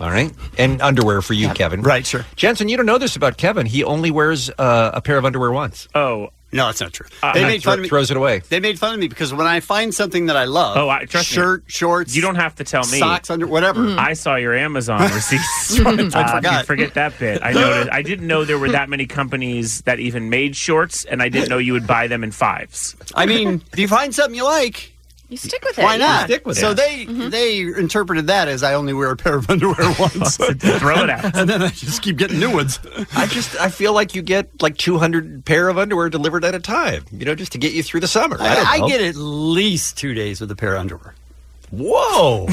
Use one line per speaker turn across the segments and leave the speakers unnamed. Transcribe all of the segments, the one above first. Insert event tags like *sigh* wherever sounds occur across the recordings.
All right. And underwear for you, Kevin.
Right, sure.
Jensen, you don't know this about Kevin. He only wears uh, a pair of underwear once.
Oh,
No, that's not true.
Uh,
they made fun of me.
Throws it away.
They made fun of me because when I find something that I love,
Oh, I- trust me.
shirt, shorts,
You don't have to tell me.
socks, under whatever.
I saw your
*laughs*
Amazon receipts. I *laughs*
forgot.
forget that bit. I noticed. I didn't know there were that many companies that even made shorts, and I didn't know you would buy them in fives.
I mean, if you find something you like,
You Mm-hmm. stick with it.
why not?
stick with
so
it.
they they interpreted that as I only wear a pair of
*laughs*
*laughs* underwear once,
Throw it out.
*laughs* and then I just keep getting new ones. *laughs* I just I feel like you get like two hundred pair of underwear delivered at a time, you know, just to get you through the summer. I,
don't know.
get at least two days with a pair of underwear. *laughs*
Whoa!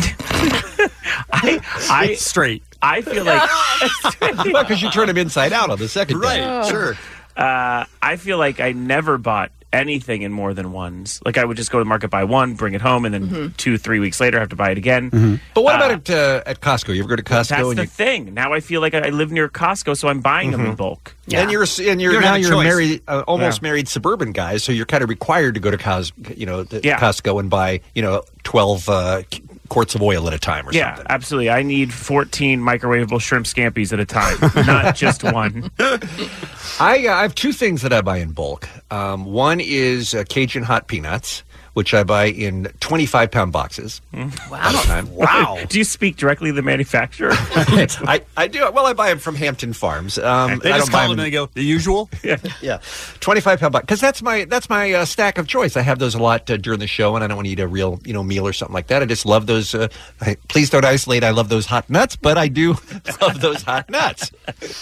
I, I,
Straight,
I feel like
Because you turn him inside out on the second
right? Sure.
uh, I feel like I never bought anything in more than ones. Like I would just go to the market, buy one, bring it home, and then two, three weeks later, have to buy it again.
Mm-hmm. But what about at, uh, at Costco? You ever go to Costco
That's
and
the
you Mm-hmm.
thing. Now I feel like I I live near Costco, so I'm buying them in bulk.
And you're and you're
You don't
now
have a
you're
choice.
married, uh, almost married suburban guys, so you're kind of required to go to Cos, you know, the
Yeah.
Costco and buy you know twelve uh, qu- quarts of oil at a time or
Yeah,
something.
absolutely. I need 14 microwavable shrimp scampies at a
*laughs*
time, not just one.
*laughs* I, I have two things that I buy in bulk. Um, one is uh, Cajun hot peanuts, which I buy in twenty five pound boxes. Wow! *laughs* Wow!
Do you speak directly to the manufacturer?
*laughs* I, I do. Well, I buy them from Hampton Farms. Um, I don't buy them in-
go the usual.
*laughs* Yeah, twenty-five pound box because that's my that's my uh, stack of choice. I have those a lot uh, during the show, and I don't want to eat a real you know meal or something like that. I just love those. Uh, I, please don't isolate. I *laughs* love those hot nuts, but I do love those hot nuts.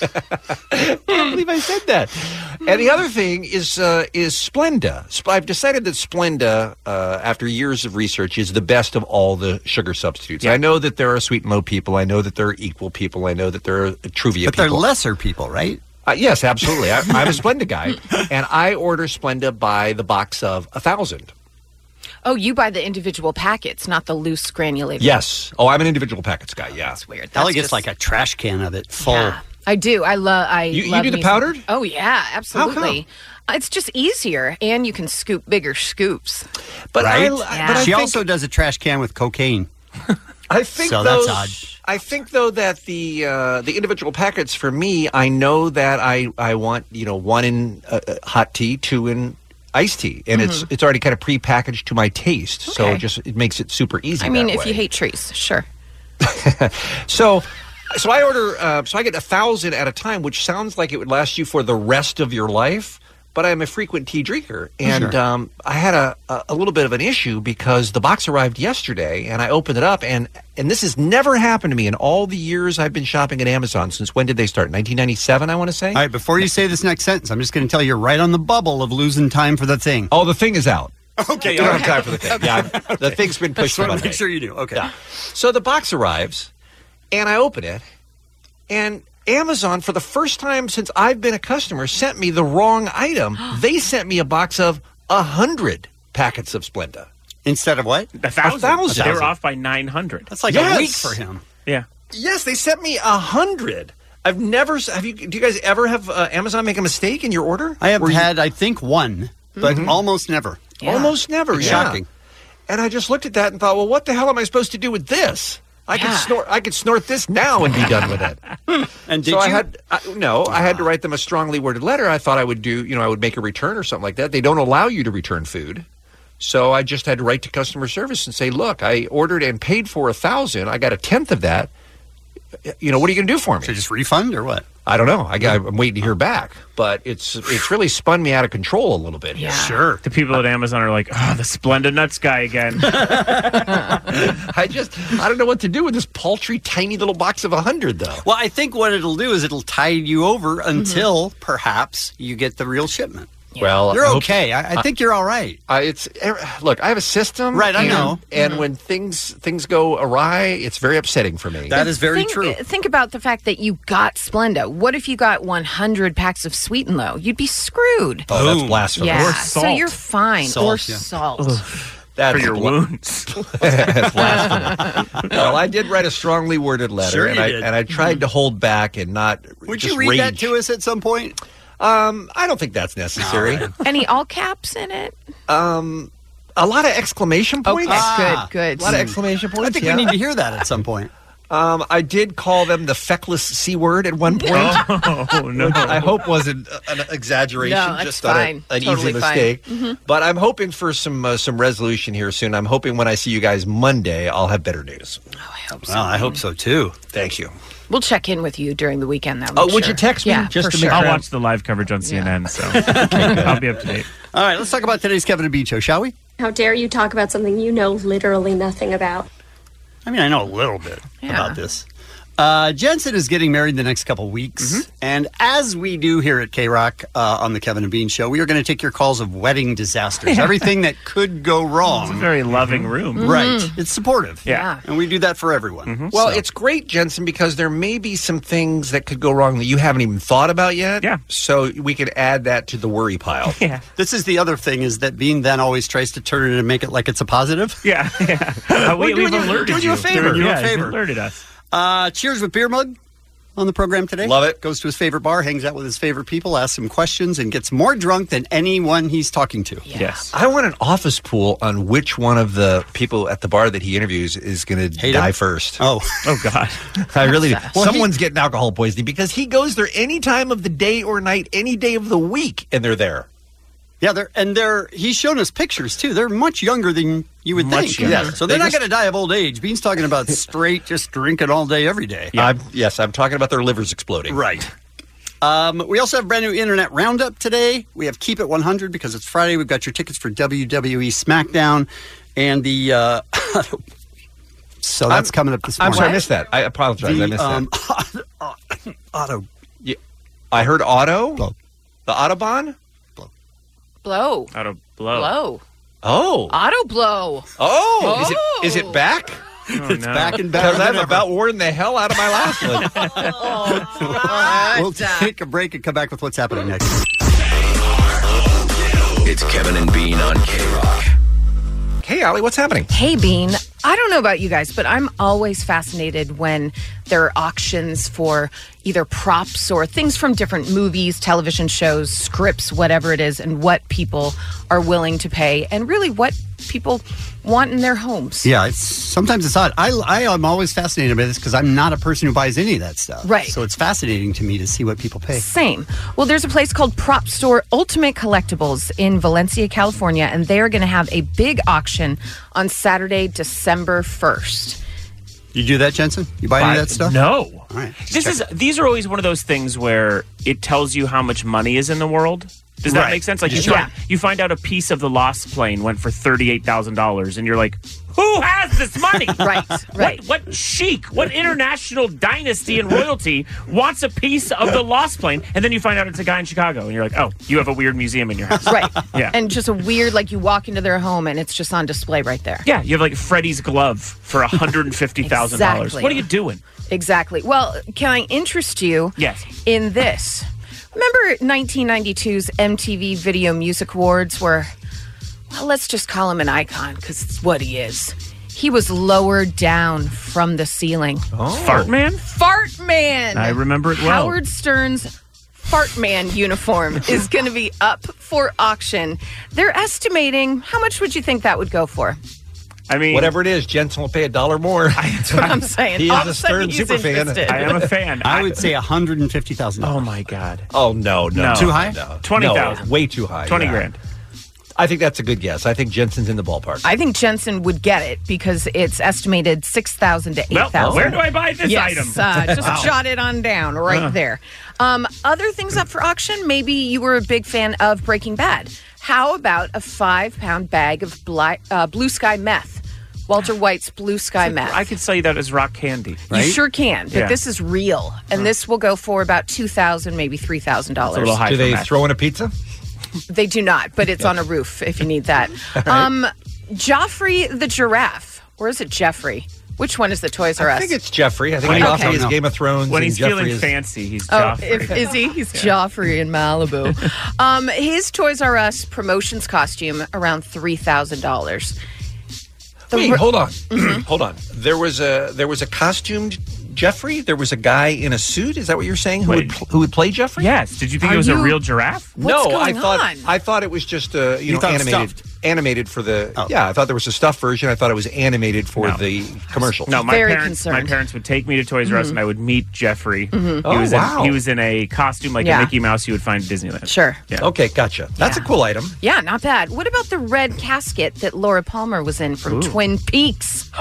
I can't believe I said said that. And the other thing is uh, is Splenda. Sp- I've decided that Splenda, uh, after years of research, is the best of all the sugar substitutes. I know that there are sweet and low people. I know that there are equal people. I know that there are Truvia people.
But they're lesser people, right?
Uh, yes, absolutely. I, I'm a Splenda guy, *laughs* and I order Splenda by the box of a thousand.
Oh, you buy the individual packets, not the loose granulated.
Yes. Oh, I'm an individual packets guy. Yeah,
that's weird.
Ellie
That's
gets
just-
like a trash can of it full.
I do. I love. I
You- you
love
do the
me some-
powdered?
Oh yeah,
come?
absolutely. It's just easier, and you can scoop bigger scoops.
right?
Yeah.
she also does a trash can with cocaine.
I think
so.
those,
That's
I think though that the uh, the individual packets for me, I know that I I want you know one in uh, uh, hot tea, two in iced tea, and it's
Mhm.
it's already kind of prepackaged to my taste, so
Okay.
it just it makes it super easy.
I mean,
that
if
way.
you hate trees, sure.
So, so I order. Uh, so I get a thousand at a time, which sounds like it would last you for the rest of your life. But I'm a frequent tea drinker, and
Sure.
um, I had a, a a little bit of an issue because the box arrived yesterday, and I opened it up, and and this has never happened to me in all the years I've been shopping at Amazon. Since when did they start? 1997, I want to say.
All right, before you say this next sentence, I'm just going to tell you right on the bubble of losing time for the thing.
Oh, the thing is out.
Okay,
You don't have time for the thing. Yeah, I'm- the thing's been pushed.
Just wanna
to
make
Monday.
sure you do. Okay.
Yeah. So the box arrives, and I open it, and Amazon, for the first time since I've been a customer, sent me the wrong
*gasps*
item. they sent me a box of a hundred packets of Splenda
instead of what?
A thousand.
A thousand.
They were off by 900.
That's
Yes.
Yeah.
Yes, they sent me a hundred. I've never. s- Have you? Do you guys ever have uh, Amazon make a mistake in your order?
I have
Were you- Mm-hmm.
had, I think, one, but almost never.
Almost never.
It's
yeah.
Shocking.
And I just looked at that and thought, well, what the hell am I supposed to do with this? I could snort. I could snort this now and be done with it.
And
so I had I, no. I had to write them a strongly worded letter. I thought I would do. You know, I would make a return or something like that. They don't allow you to return food. So I just had to write to customer service and say, look, I ordered and paid for a thousand. I got a tenth of that. You know, what are you going to do for me?
just refund or what?
I don't know. I got, I'm waiting to hear back, but it's it's really spun me out of control a little bit. here.
Sure.
The people at Amazon are like, oh, the Splenda Nuts guy again.
*laughs* I just I don't know what to do with this paltry tiny little box of a hundred though.
Well, I think what it'll do is it'll tide you over
Mm-hmm.
until perhaps you get the real shipment.
Well,
you're
I hope-
okay. I, I think you're all right.
I, it's er, look. I have a system,
Right, I
and-
know.
And
Mm-hmm.
when things things go awry, it's very upsetting for me.
That is
think, Think about the fact that you got Splenda. What if you got 100 packs of Sweet and Low? You'd be screwed.
Oh, that's blasphemous.
Yeah.
Or
So
salt.
you're fine.
Salt,
or
yeah.
salt.
That's
For your
bla- *laughs*
wounds.
That's blasphemy. *laughs* well, I did write a strongly worded letter,
Sure
and
you
I
did.
and I
Mm-hmm.
tried to hold back and not.
Would
just
you read
rage.
that to us at some point?
Um, I don't think that's necessary.
Any all caps in it?
Um, a lot of exclamation points.
Ah,
good, good.
A lot of exclamation points.
I think
yeah.
we need to hear that at some point.
*laughs* Um, I did call them the feckless c word at one point. *laughs*
oh no!
I hope wasn't an exaggeration,
No, that's
just on a-
fine.
an
Totally
easy
fine.
mistake.
Mhm.
But I'm hoping for some uh, some resolution here soon. I'm hoping when I see you guys Monday, I'll have better news. Oh, I hope
so. Well, I hope so too.
Thank you.
We'll check in with you during the weekend, though.
Oh,
make
would
sure.
you text me
Yeah,
just
for
to
sure.
make
I'll watch the live coverage on CNN,
*laughs*
so I'll be up to date.
All right, let's talk about today's Kevin and Bean show, shall we?
How dare you talk about something you know literally nothing about?
I mean, I know a little bit
Yeah.
about this. Uh, Jensen is getting married in the next couple weeks. And as we do here at K Rock uh, on the Kevin and Bean Show, we are going to take your calls of wedding disasters, everything that could go wrong. It's a
very loving room. Mm-hmm.
Right. It's supportive.
Yeah.
And we do that for everyone.
Well,
So-
it's great, Jensen, because there may be some things that could go wrong that you haven't even thought about yet. Yeah. So we could add that to the worry pile.
*laughs* Yeah.
This is the other thing is that Bean then always tries to turn it and make it like it's a positive.
*laughs* Yeah. Uh, we, we've alerted
doing you a favor.
Doing you
Yeah,
a
you've
favor. alerted
alerted
us.
Uh, cheers with beer mug on the program today. Love it. Goes to his favorite bar, hangs out with his favorite people, asks some questions, and gets more drunk than anyone he's talking to.
Yes.
I want an office pool on which one of the people at the bar that he interviews is going to die first. *laughs*
Oh,
oh God!
I really do.
Well, he-
Someone's getting alcohol poisoning because he goes there any time of the day or night, any day of the week, and they're there.
Yeah, they're and they're he's shown us pictures too. They're much younger than you would
Much
think.
younger.
Yeah. So they're
They
not
just-
going to die of old age. Bean's
*laughs*
talking about straight, just drinking all day, every day.
I'm, yes, I'm talking about their livers exploding.
Right. Um, we also have brand new internet roundup today. We have Keep It 100 because it's Friday. We've got your tickets for WWE SmackDown and the. Uh, *laughs* so that's coming up this
I'm
morning.
sorry, I missed that.
um, *laughs*
I apologize. I
The,
missed
um,
that.
auto.
I heard auto. The Autobahn?
Blow.
Auto
Blow.
Oh.
Auto blow.
Oh, is it is it back?
Oh,
*laughs* it's
back and better than
I've
ever.
about worn the hell out of my last one.
*laughs* we'll take a break and come back with what's happening next.
It's Kevin and Bean on K Rock.
Hey, Ollie, what's happening?
Hey, Bean. I don't know about you guys, but I'm always fascinated when there are auctions for either props or things from different movies, television shows, scripts, whatever it is, and what people are willing to pay and really what people want in their homes.
Yeah, it's sometimes it's odd. I, I am always fascinated by this because I'm not a person who buys any of that stuff.
Right.
So it's fascinating to me to see what people pay.
Same. Well, there's a place called Prop Store Ultimate Collectibles in Valencia, California, and they are going to have a big auction on Saturday, December 1st.
You do that, Jensen? You buy any
Buy-
of that stuff?
No.
All right.
This is these are always one of those things where it tells you how much money is in the world. Does that
Right.
make sense? Like you,
Yeah.
find, you find out a piece of the lost plane went for thirty eight thousand dollars, and you're like, "Who has this
*laughs*
money?"
right, right.
What, what chic, what international dynasty and royalty wants a piece of the lost plane? And then you find out it's a guy in Chicago, and you're like, "Oh, you have a weird museum in your house."
Right.
*laughs* Yeah.
And just a weird, like you walk into their home and it's just on display right there.
yeah, you have like Freddy's glove for hundred and fifty thousand dollars.
Exactly.
What are you doing?
Exactly. Well, can I interest you
Yes.
in this? Remember 1992's MTV Video Music Awards where, well, let's just call him an icon because it's what he is. He was lowered down from the ceiling.
Fart man.
Fart Man.
I remember it well.
Howard Stern's Fart
*laughs*
Man uniform is going to be up for auction. They're estimating how much would you think that would go for?
I mean,
whatever it is, Jensen will pay a dollar
*laughs*
more. *laughs*
That's what I'm saying.
He
All
is
of
a
a sudden,
Stern
he's
super fan.
interested.
I am a
*laughs*
fan.
I would say $150,000. Oh,
my God.
Oh no, no,
Too high?
No,
20,000.
No, way too high.
20 grand.
I think that's a good guess. I think Jensen's in the ballpark.
I think Jensen would get it because it's estimated six thousand to
Well,
eight thousand.
where do I buy this
yes,
item?
Uh,
*laughs*
just
Wow. Uh-huh.
jot it on down right
Huh.
there. Um, other things up for auction. Maybe you were a big fan of Breaking Bad. How about a five-pound bag of bli- uh, blue sky meth?
*sighs*
Walter White's blue sky meth.
I could sell you that as rock candy.
You sure can, but
Yeah.
this is real, and this will go for about two thousand, maybe three thousand dollars.
Do they throw in a pizza?
They do not, but it's on a roof if you
*laughs*
need that. Um, Joffrey the giraffe, or is it Jeffrey? Which one is the Toys R Us?
I think it's
*laughs*
Jeffrey. I think he lost on his Game of Thrones.
When
and
he's
Jeffrey
feeling
is-
fancy, he's
Oh,
Joffrey.
if, is he? He's Joffrey in
*laughs*
Malibu. um, his Toys R Us promotions costume around three thousand dollars.
Wait, hold on, *clears throat*
Mm-hmm.
hold on. There was a there was a costumed Jeffrey. There was a guy in a suit. Is that what you're saying? Who would pl- who would play Jeffrey?
Yes. Did you think it
Are
was a
you-
real giraffe?
no, I thought I thought it was just a you,
You
know
thought it was Oh.
animated animated for the yeah. I thought there was a stuffed version. I thought it was animated for
No.
the commercial.
No, my parents. My parents would take me to Toys R Us,
Mhm.
and I would meet Jeffrey.
Mhm.
He
Oh,
was
wow.
in, He was in a costume like
Yeah.
a Mickey Mouse you would find at Disneyland.
Sure.
Yeah.
Okay, gotcha. That's a cool item.
Yeah, not bad. What about the red casket that Laura Palmer was in from
Ooh.
Twin Peaks? *gasps*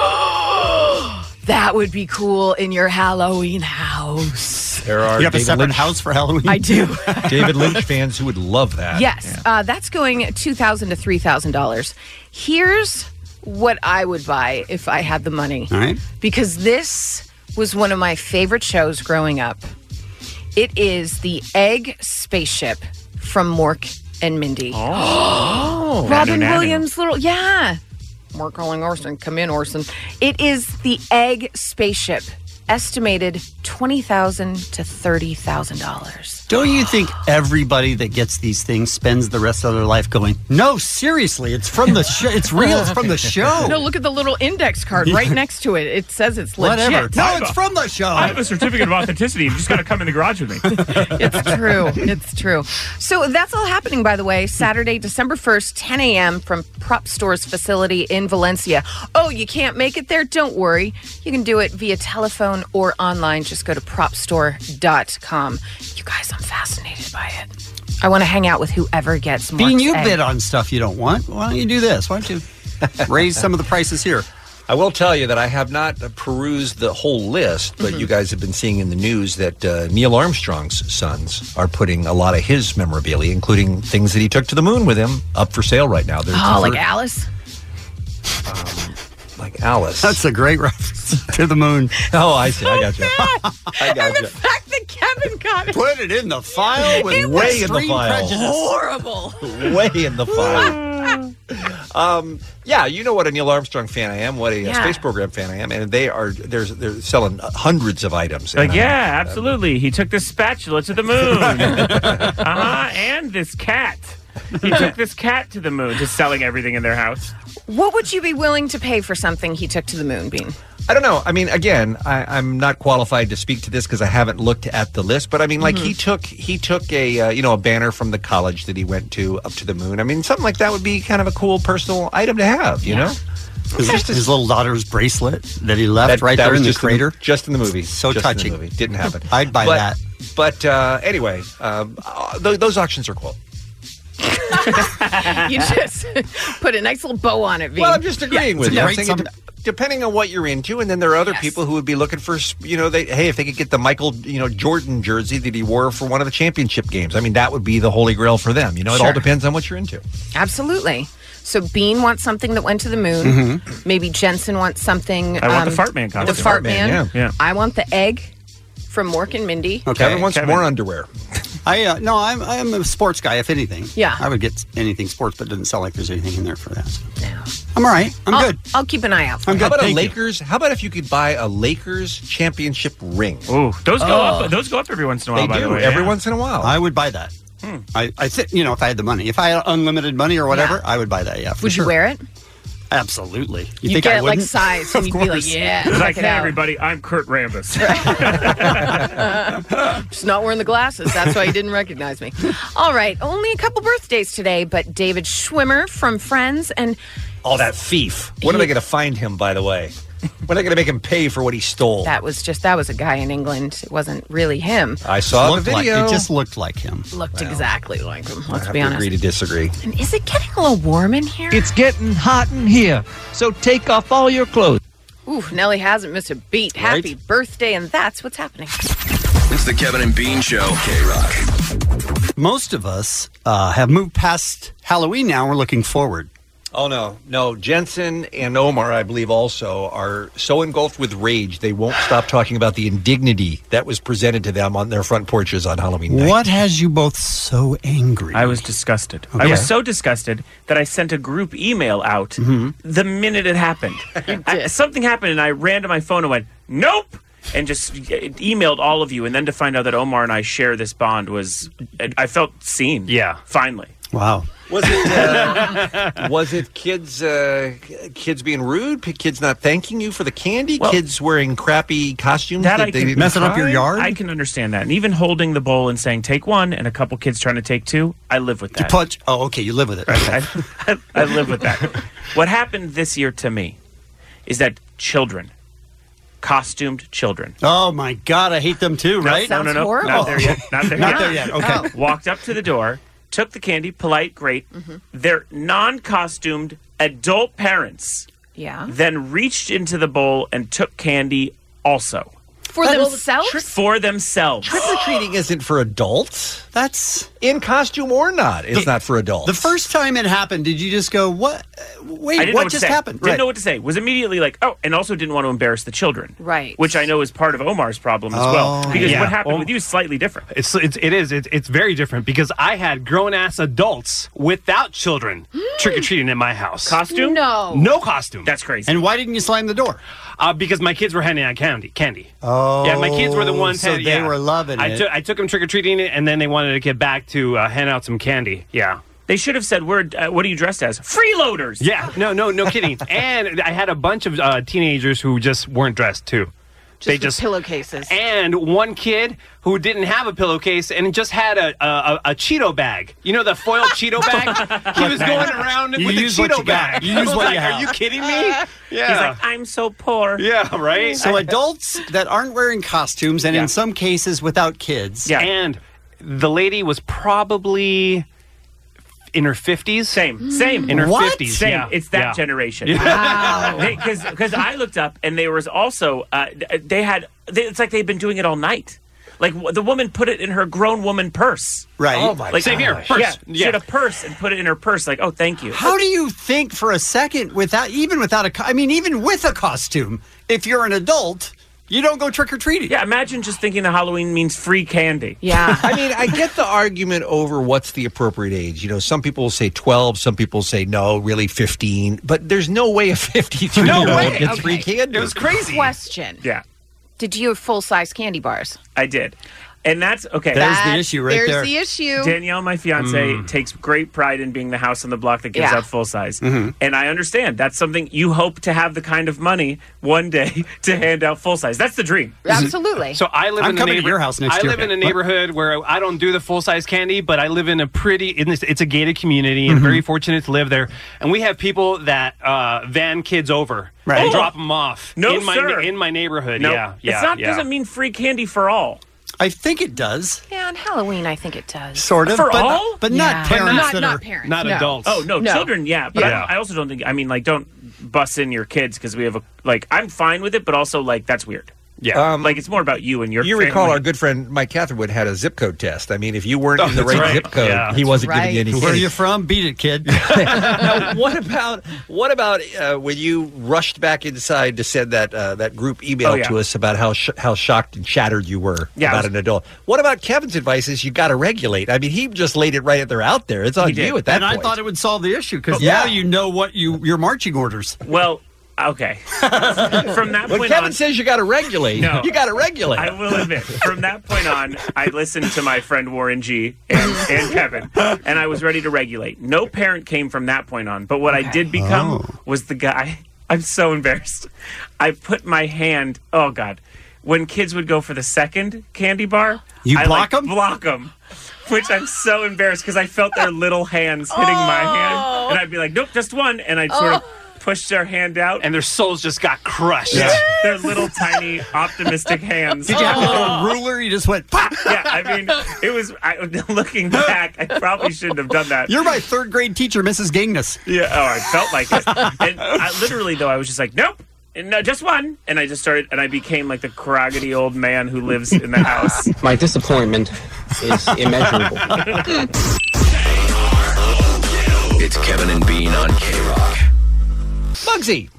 that would be cool in your Halloween house.
There are
You have a
David
separate
Lynch-
house for Halloween?
I do.
*laughs* David
*laughs*
Lynch fans who would love that.
Yes, uh, that's going two thousand to three thousand dollars. Here's what I would buy if I had the money.
All right.
because this was one of my favorite shows growing up. It is the Egg Spaceship from Mork and Mindy. *gasps*
Oh.
Robin
Nanu, nanu.
Williams, little yeah. We're calling Orson. Come in, Orson. It is the Egg Spaceship, estimated twenty thousand to thirty thousand dollars.
Don't you think everybody that gets these things spends the rest of their life going, no, seriously, it's from the show. It's real. *laughs* It's from the show.
*laughs* No, look at the little index card right next to it. It says it's legit.
Whatever. No, it's from the show.
I have a certificate of authenticity. You just got to come in the garage with me.
*laughs* It's true. It's true. So that's all happening, by the way, Saturday, December 1st, 10 a.m. from Prop Store's facility in Valencia. Oh, you can't make it there? Don't worry. You can do it via telephone or online. Just go to propstore.com. You guys, I'm fascinated by it. I want to hang out with whoever gets more.
Bean, you bid on stuff you don't want. Why don't you do this? Why don't you raise some of the prices here?
I will tell you that I have not perused the whole list,
Mm-hmm.
but you guys have been seeing in the news that uh, Neil Armstrong's sons are putting a lot of his memorabilia, including things that he took to the moon with him, up for sale right now. They're
Oh, like
convert-
Alice?
like Alice.
That's a great reference *laughs* to the moon.
Oh, *laughs* I see. I got you.
I got you. The fact that Kevin got it.
Put it in the
*laughs*
*laughs* file with
It was
way in the
Extreme
file.
Prejudice. Horrible.
Way in the file.
Mm.
Um, yeah, you know what a Neil Armstrong fan I am, what a uh,
Yeah.
space program fan I am, and they are there's they're selling hundreds of items.
Like,
And, uh,
yeah, absolutely. He took this spatula to the
*laughs*
moon. uh-huh, and this cat. He took this cat to the moon, just selling everything in their house.
What would you be willing to pay for something he took to the moon, Bean?
I don't know. I mean, again, I, I'm not qualified to speak to this because I haven't looked at the list. But I mean, like
Mhm.
Mm-hmm.
he took he took a uh, you know a banner from the college that he went to up to the moon. I mean, something like that would be kind of a cool personal item to have. You
Yeah.
know,
His, his little daughter's bracelet that he left
That-
right
that
there
was
in the
just in the-
crater.
just in the movie. Just in
So
the
touching.
movie. Didn't happen.
*laughs* I'd buy
But-
that.
But uh, anyway, um, uh, th- those auctions are cool.
*laughs* you just put a nice little bow on it, Bean.
Well, I'm just agreeing with you. I'm saying it
Something-
de- depending on what you're into, and then there are other people who would be looking for, s- you know, they hey, if they could get the Michael, you know, Jordan jersey that he wore for one of the championship games. I mean, that would be the holy grail for them. You know, it all
Sure.
depends on what you're into.
Absolutely. So Bean wants something that went to the moon. Maybe Jensen wants something. um,
I want the Fart Man
The
costume.
fart man.
Yeah. Yeah.
I want the egg from Mork and Mindy.
Oh,
Kevin wants more underwear.
I uh, no, I'm I'm a sports guy. If anything,
Yeah.
I would get anything sports, but it doesn't sound like there's anything in there for that. I'm all right. I'm
I'll,
good.
I'll keep an eye out. for
I'm
it.
How about a
thank you.
Lakers? How about if you could buy a Lakers championship ring?
Ooh, those go
Oh.
up. Those go up every once in a while.
They
by the
do,
way,
every
yeah. Hmm.
once in a while.
I would buy that. I, I think you know if I had the money, if I had unlimited money or whatever, I would buy that. Yeah, for
Would
sure.
you wear it?
Absolutely.
You'd
think
get
I
it like
wouldn't?
sized and you'd be like, yeah,
It's
check
like,
it
hey,
out.
everybody, I'm Kurt Rambis.
*laughs* Just not wearing the glasses. That's why he didn't recognize me. All right, only a couple birthdays today, but David Schwimmer from Friends and
All that thief. When are they going to find him? By the way, when are they going to make him pay for what he stole?
that was just that was a guy in England. It wasn't really him.
I saw the
Looked like-
video.
it just looked like him.
Looked exactly like him.
I
Let's
have
be
to
honest.
agree to disagree.
And is it getting a little warm in here?
It's getting hot in here, so take off all your clothes.
Ooh, Nelly hasn't missed a beat. Happy birthday, and that's what's happening.
It's the Kevin and Bean Show. K Rock.
Most of us uh, have moved past Halloween now. We're looking forward.
Oh no, no! Jensen and Omar, I believe, also are so engulfed with rage they won't stop talking about the indignity that was presented to them on their front porches on Halloween night.
What has you both so angry?
I was disgusted. I
Okay.
was so disgusted that I sent a group email out the minute it happened. I- something happened, and I ran to my phone and went, "Nope." And just e- emailed all of you, and then to find out that Omar and I share this bond was, I felt seen. Yeah, finally.
Wow.
Was it uh, was it kids uh, kids being rude? p- Kids not thanking you for the candy? kids wearing crappy costumes
That I
they
can
didn't try?
I can understand that, and even holding the bowl and saying "take one" and a couple kids trying to take two, I live with that.
Punch. Oh, okay. You live with it.
*laughs* I, I live with that. What happened this year to me is that children, costumed children,
Oh my God, I hate them too.
No,
Oh, Right?
No, no, no, not there yet. Not there
Not
yet.
there yet. Okay.
Walked up to the door, took the candy, polite, great.
Mm-hmm.
Their non-costumed adult parents
Yeah.
then reached into the bowl and took candy also
For themselves?
for themselves.
Trick or treating isn't for adults.
That's
in costume or not. It's
The-
not for adults.
The first time it happened, did you just go, "What? uh,
I
Wait,
didn't know
what
to
just
say.
happened?"
Didn't know what to say. Was immediately like, oh, and also didn't want to embarrass the children.
Right.
Which I know is part of Omar's problem as well.
Oh.
Because
Yeah.
what happened
Well-
with you is slightly different.
It's, it's it is it's, it's very different because I had grown ass adults without
*gasps*
children trick or treating in my house.
Costume? No.
no costume. That's
crazy.
And
why didn't you slam the door?
Uh, because my kids were handing out candy. Candy.
Oh,
yeah, my kids were the ones.
So
hand-
they
yeah.
were loving
I
it.
took I took them trick or treating, and then they wanted to get back to uh, hand out some candy. Yeah.
They should have said, "We're uh, what are you dressed as? Freeloaders."
Yeah. No. No. No
*laughs*
kidding. and I had a bunch of uh, teenagers who just weren't dressed too. they *laughs*
with
just
pillowcases.
and one kid who didn't have a pillowcase and just had a a, a, a Cheeto bag. You know the foil Cheeto
*laughs*
bag. He was going around
You
with
use
a
what
Cheeto
you got.
bag.
You
I *laughs*
use
was
what
like,
you have.
Are you kidding me? *laughs* Yeah.
He's like, I'm so poor.
Yeah, right?
So adults that aren't wearing costumes, and in some cases without kids.
Yeah. And the lady was probably in her 50s.
Same. Same.
In her
What?
50s.
Same.
yeah.
It's that
Yeah.
generation.
Yeah.
Because I looked up and there was also uh, th- they had they, it's like they've been doing it all night. Like w- the woman put it in her grown woman purse.
Right. Oh, my
Like,
Same here,
gosh.
purse.
Yeah. She had
Yeah.
a purse and put it in her purse. Like, oh, thank you.
How do you think for a second without even without a co- I mean even with a costume if you're an adult
You don't go trick or treating.
Yeah, imagine just thinking that Halloween means free candy.
*laughs* I mean, I get the argument over what's the appropriate age. You know, some people will say 12, some people say no, really 15, but there's no way a 53 year old gets free candy.
Question.
Yeah.
Did you have full size candy bars?
I did. And that's okay.
There's the That- issue right there's there. the issue.
Danielle, my fiance,
Mm.
takes great pride in being the house on the block that gives
Yeah.
out full size. And I understand that's something you hope to have the kind of money one day *laughs* to hand out full size. That's the dream.
Absolutely.
So I live
I'm
in a
coming to
neighbor-
your house next
I
year.
live in a
What?
neighborhood where I don't do the full size candy, but I live in a pretty. In this, it's a gated community, and
Mhm.
very fortunate to live there. And we have people that uh, van kids over
Right.
and
Oh.
drop them off.
No,
in my
sir.
in my neighborhood.
No.
Yeah, yeah,
it's not
yeah.
doesn't mean free candy for all.
I think it does.
Yeah, on Halloween, I think it does.
Sort of, For but- all? but not
Yeah.
parents
But not,
that
not
are-
parents.
Not
no.
adults. Oh no, children. Yeah, but
Yeah.
I, I also don't think. I mean, like, don't bus in your kids because we have a like. I'm fine with it, but also like that's weird.
Yeah.
like it's more about you and your.
You
family.
recall our good friend Mike Catherwood had a zip code test. I mean, if you
Oh,
weren't in the
That's
right,
right.
zip code,
Yeah.
Uh, he wasn't
That's
giving you any
right.
Where are
candy. *laughs*
you from? Beat it, kid.
now, what about what about uh, when you rushed back inside to send that uh, that group email
Oh, yeah.
to us about how sh- how shocked and shattered you were
Yeah,
about
I was-
an adult? What about Kevin's advice? Is you got to regulate? I mean, he just laid it right there out there. It's on you at that
and
point.
I thought it would solve the issue because
But-
now
Yeah.
you know what you your marching orders.
Well,
*laughs*
okay. From that
when
point
Kevin
on-
says you got to regulate,
No.
you got to regulate.
I will admit, from that point on, I listened to my friend Warren G and, and Kevin, and I was ready to regulate. No parent came from that point on, but what I did become
Oh.
was the guy. I'm so embarrassed. I put my hand. Oh God, when kids would go for the second candy bar,
You
I,
block
like, Block them. Which I'm so embarrassed because I felt their little hands hitting my hand, and I'd be like, "Nope, just one," and I'd sort of push their hand out,
and their souls just got crushed.
Their little tiny optimistic hands. Oh.
Did you have a little ruler? You just went pop.
Yeah, I mean, it was. I, *laughs* looking back, I probably shouldn't have done that.
You're my third grade teacher, Mrs. Gingness.
Yeah. Oh, I felt like it. And I, literally, though, I was just like, nope. And no, just one. And I just started, and I became like the craggy old man who lives in the house.
My disappointment is immeasurable.
*laughs*
It's Kevin and Bean on K Rock.
Bugsy.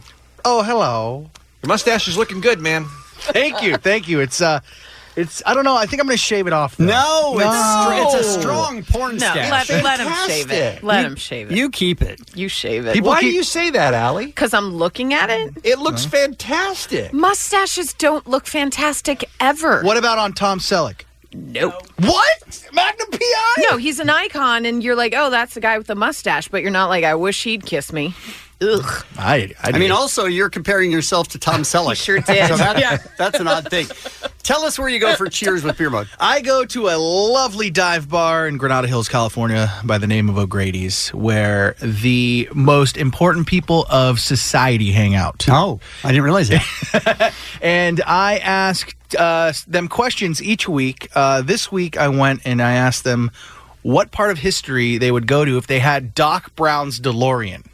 Oh, hello. Your mustache is looking good, man. *laughs*
Thank you, thank you. It's uh, it's I don't know. I think I'm gonna shave it off. though.
No, Oh, it's str- it's a strong porn
No,
stash.
let, let him shave it.
Fantastic.
Let
You-
him shave it.
You keep it.
You shave it.
People Why do keep- you
say that, Allie?
Because I'm looking at it.
It looks fantastic.
Mustaches don't look fantastic ever.
What about on Tom Selleck?
Nope.
What? Magnum PI?
No, he's an icon, and you're like, oh, that's the guy with the mustache, but you're not like, I wish he'd kiss me. Ugh.
I, I, mean, also you're comparing yourself to
*laughs*
Tom Selleck. sure
did.
So that,
Yeah.
that's an odd thing. Tell us where you go for Cheers with beer mug.
I go to a lovely dive bar in Granada Hills, California, by the name of O'Grady's, where the most important people of society hang out.
Oh, I didn't realize
that. *laughs* and I asked uh, them questions each week. Uh, this week, I went and I asked them what part of history they would go to if they had Doc Brown's DeLorean.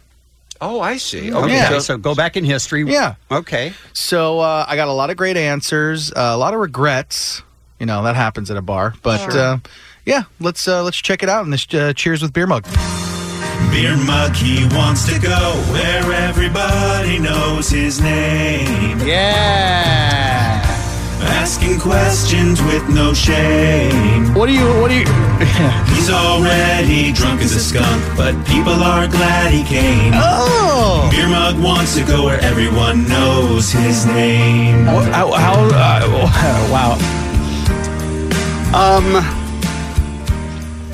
Oh, I see.
Okay,
Okay,
so,
so-
go back in history.
Yeah.
Okay.
So uh, I got a lot of great answers, uh, a lot of regrets. You know that happens at a bar, but
Sure.
uh, yeah, let's uh, let's check it out. And this uh, cheers with beer mug.
Beer Mug, he wants to go where everybody knows his name.
Yeah.
Asking questions with no shame.
What do you, what do you.
*laughs* He's already drunk as a skunk, but people are glad he came.
Oh.
Beer Mug wants to go where everyone knows his name.
How? wow. Um,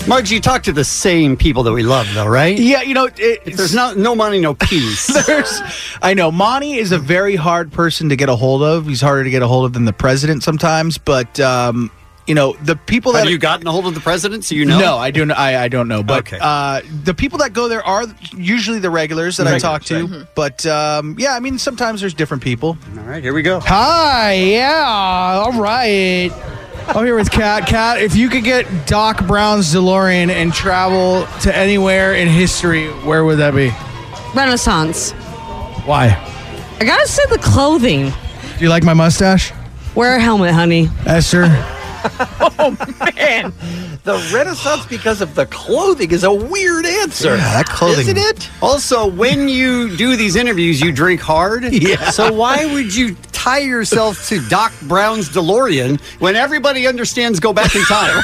Muggs, you talk to the same people that we love, though, right?
Yeah, you know,
if there's no no money, no peace.
there's, I know Monty is a very hard person to get a hold of. He's harder to get a hold of than the president sometimes, but um, you know the people that
Have you gotten a hold of the president? So you know?
No, I don't. I, I don't know. But
Okay.
uh, the people that go there are usually the regulars that I talk to.
Regulars, right.
But um, yeah, I mean, sometimes there's different people.
All right, here we go.
Hi, yeah, all right. I'm here with Kat. Kat, if you could get Doc Brown's DeLorean and travel to anywhere in history, where would that be?
Renaissance.
Why?
I gotta say the clothing.
Do you like my mustache?
Wear a helmet, honey.
Esther?
oh man, the Renaissance because of the clothing is a weird
answer.
Yeah, that clothing-
Isn't it? Also, when you do these interviews, you drink hard.
Yeah.
So why would you tie yourself to Doc Brown's DeLorean when everybody understands go back in time?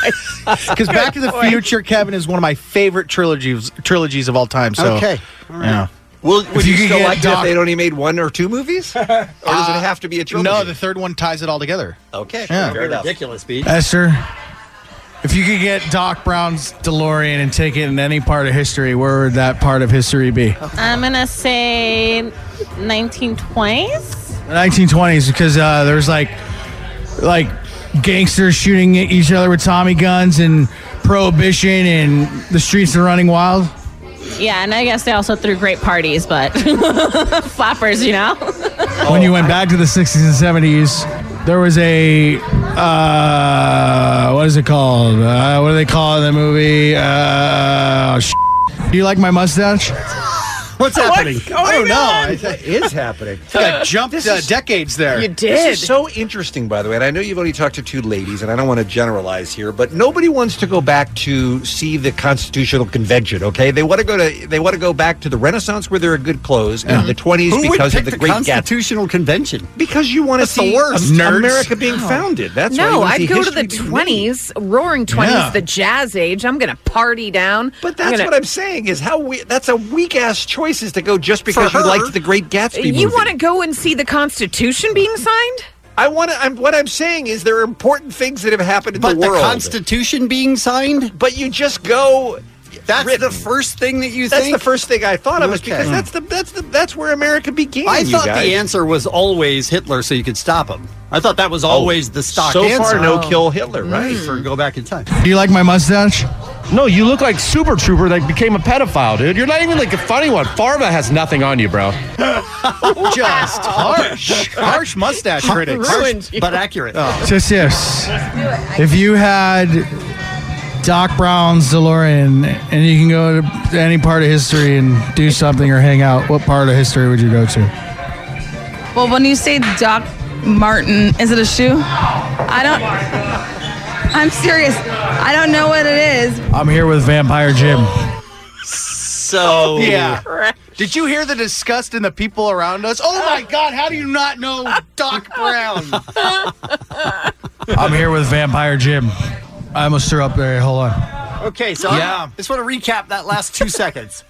Because Back to the Future, Kevin, is one of my favorite trilogies trilogies of all time. So
Okay. All right.
yeah.
Well,
If
would you,
could
still
get
like it if
Doc-
they'd only made one or two movies? or does
Uh,
it have to be a trilogy?
No, the third one ties it all together.
Okay,
Yeah.
fair enough. ridiculous, Pete.
Esther, if you could get Doc Brown's DeLorean and take it in any part of history, where would that part of history be?
I'm gonna say 1920s.
The 1920s because uh, there's like like gangsters shooting at each other with Tommy guns and prohibition and the streets are running wild.
Yeah, and I guess they also threw great parties, but *laughs* flappers, you know.
when you went back to the 60s and 70s, there was a uh, what is it called? Uh, what do they call it in the movie? Uh, sh- do you like my mustache?
*laughs*
What's happening?
Oh
Oh,
I don't know.
That is
*laughs*
happening.
I jumped, uh, decades there. You
This
did.
is so interesting, by the way. And I know you've only talked to two ladies, and I don't want to generalize here, but nobody wants to go back to see the Constitutional Convention. Okay, they want to go to they want to go back to the Renaissance where there are good clothes, and the twenties
Who would
because
pick
of the,
the
Great Gatsby.
Constitutional Convention?
Because you want to
That's the
see
worst.
Am-
Nerds.
America being
Wow.
founded. That's why you
no,
wanna see
I'd go to
history
the
being made.
20s, roaring 20s,
Yeah.
the jazz age. I'm going to party down.
But that's
gonna-
what I'm saying is how we, that's a weak ass choice is to go just because
For
you
her.
liked the Great Gatsby.
You
movie.
want to go and see the Constitution being signed?
I want to. I'm, what I'm saying is there are important things that have happened in
But
the
the
world.
Constitution being signed?
But you just go.
That's the first thing that you
That's
think?
the first thing I thought of was because
Okay.
that's the that's the that's where America began.
I
you
thought
guys.
the answer was always Hitler, so you could stop him. I thought that was always the stock
so
answer. Oh. Mm.
far, no kill Hitler, right?
For go back in time.
Do you like my mustache?
No, you look like Super Trooper that became a pedophile, dude. You're not even like a funny one. Farva has nothing on you, bro.
*laughs*
*laughs*
Just harsh, harsh mustache critics, Oh.
Ruined you. but accurate.
Just yes. If you had Doc Brown's DeLorean and you can go to any part of history and do something or hang out, what part of history would you go to?
Well, when you say Doc Martin, is it a shoe? I don't. I'm serious. I don't know what it is.
I'm here with Vampire Jim.
Oh.
So
*laughs* yeah. Did you hear the disgust in the people around us? Oh my God! How do you not know Doc
*laughs*
Brown? I'm here with Vampire Jim. I almost threw up there. Hold on.
Okay, so yeah.
Yeah.
I just want to recap that last
*laughs*
two seconds.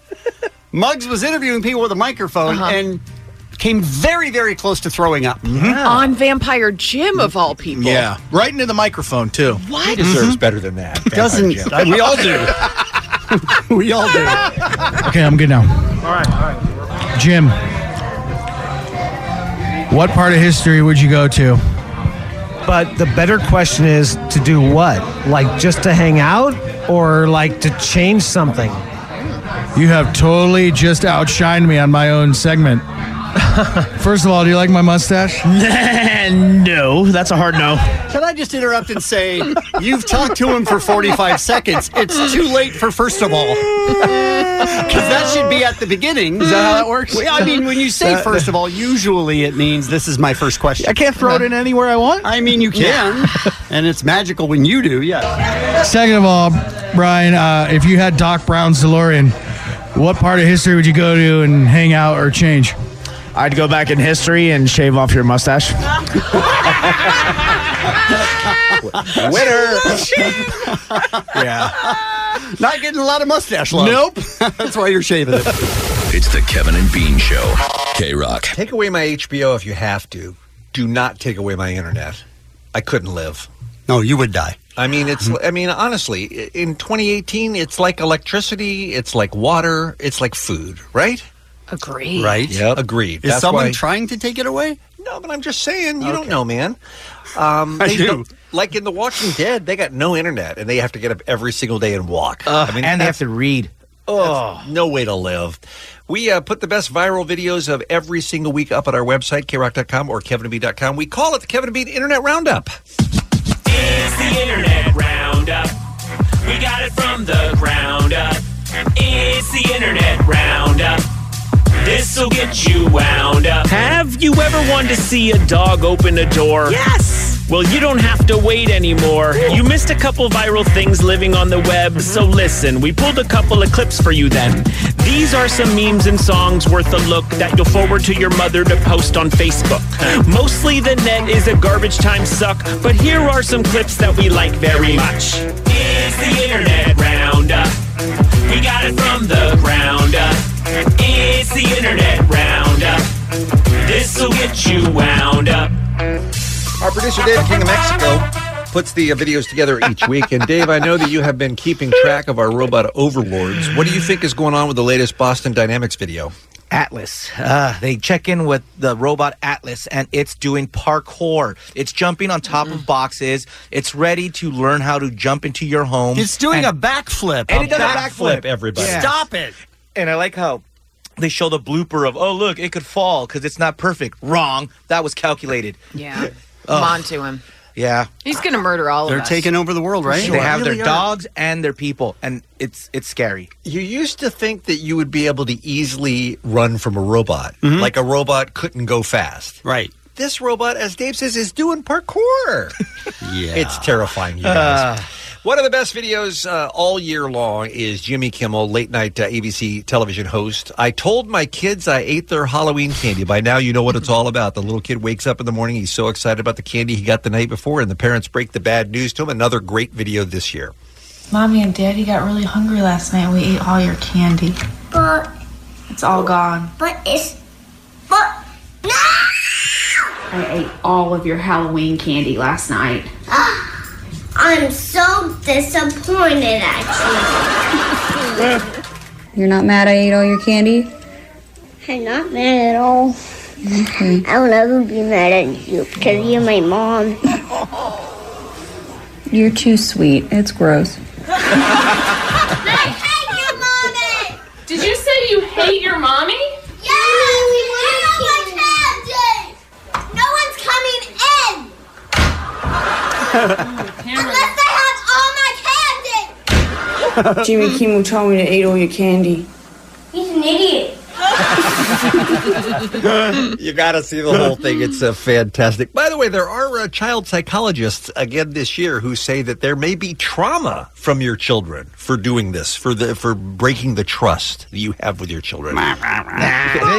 Muggs was interviewing people with a microphone
Uh-huh.
and came very, very close to throwing up.
Mm-hmm.
On Vampire Jim, of all people.
right into the microphone too. Mm-hmm.
What? He
deserves better than that. Vampire
Doesn't
Jim.
I- we all do? *laughs*
*laughs*
we all do.
Okay, I'm good now. All right, all right. Jim, what part of history would you go to?
But the better question is to do what? Like just to hang out or like to change something?
You have totally just outshined me on my own segment. First of all, do you like my mustache? no, that's a hard no.
Can I just interrupt and
*laughs*
say, you've talked to him for 45 seconds. It's too late for first of
*laughs*
all. Because that should be at the beginning.
Is that how that works?
Well, I mean, when you say
*laughs* That-
first of all, usually it means this is my first question.
I can't throw it in anywhere I want.
I mean, you can. and it's magical when you do, yeah.
*laughs* Second of all, Brian, uh, if you had Doc Brown's DeLorean, what part of history would you go to and hang out or change?
I'd go back in history and shave off your mustache.
Winner. yeah. Not getting a lot of mustache love. Nope. *laughs* That's why you're shaving it.
It's the Kevin and Bean Show. K Rock.
Take away my HBO if you have to. Do not take away my internet. I couldn't live.
No, you would die.
I mean, it's. I mean, honestly, i- in 2018, it's like electricity. It's like water. It's like food. Right.
Agreed.
Right. Yep. Agreed.
Is
That's
someone
why-
trying to take it away?
No, but I'm just saying. You don't know, man. Um,
*laughs* I
they
do.
don't- Like in The Walking Dead, they got no internet, and they have to get up every single day and walk. I mean, and they have to read. Oh, no way to live. We uh, put the best viral videos of every single week up at our website, krock.com or kevinandbean.com. We call it the Kevin and Bean Internet Roundup.
It's the internet roundup. We got it from the ground up. It's the internet roundup. This'll get you wound up.
Have you ever wanted to see a dog open a door? Yes.
Well, you don't have to wait anymore. You missed a couple viral things living on the web, so listen, we pulled a couple of clips for you then. These are some memes and songs worth a look that you'll forward to your mother to post on Facebook. Mostly the net is a garbage time suck, but here are some clips that we like very much. It's the internet roundup. We got it from the ground up. It's the internet roundup. This'll get you wound up.
Our producer Dave King of Mexico puts the uh, videos together *laughs* each week. And Dave, I know that you have been keeping track of our robot overlords. What do you think is going on with the latest Boston Dynamics video?
Atlas. Uh, they check in with the robot Atlas, and it's doing parkour. It's jumping on top of boxes. It's ready to learn how to jump into your home.
It's doing
And-
a backflip.
And
a
it does a backflip, everybody.
Stop it.
And I like how they show the blooper of, oh, look, it could fall because it's not perfect. Wrong. That was calculated.
Yeah.
Ugh.
Come on to him.
Yeah.
He's going to murder all of us.
over the world,
right?
They
Sure.
have
Really
their
are.
dogs and their people, and it's it's scary.
You used to think that you would be able to easily run from a robot,
Mm-hmm.
like a robot couldn't go fast.
Mm. Right.
This robot, as Dave says, is doing parkour.
Yeah. Uh,
It's terrifying, you guys. One of the best videos uh, all year long is Jimmy Kimmel, late night uh, ABC television host. I told my kids I ate their Halloween candy. By now, you know what it's all about. The little kid wakes up in the morning. He's so excited about the candy he got the night before, and the parents break the bad news to him. Another great video this year.
Mommy and Daddy got really hungry last night. We ate all your candy. But it's all gone.
But it's. But.
I ate all of your Halloween candy last night.
Ah, I'm so disappointed at
*laughs* You're not mad I ate all your candy?
you. I'm not mad at all. I'll never be mad at you because you're my mom.
You're too sweet. It's gross.
Did you say you hate your mommy?
No one's coming in! Unless they have all my candy!
Jimmy Kimmel told me to eat all your *laughs* candy.
He's an idiot.
*laughs* you got to see the whole thing. It's uh, fantastic. By the way, there are uh, child psychologists again this year who say that there may be trauma from your children for doing this, for the for breaking the trust that you have with your children. they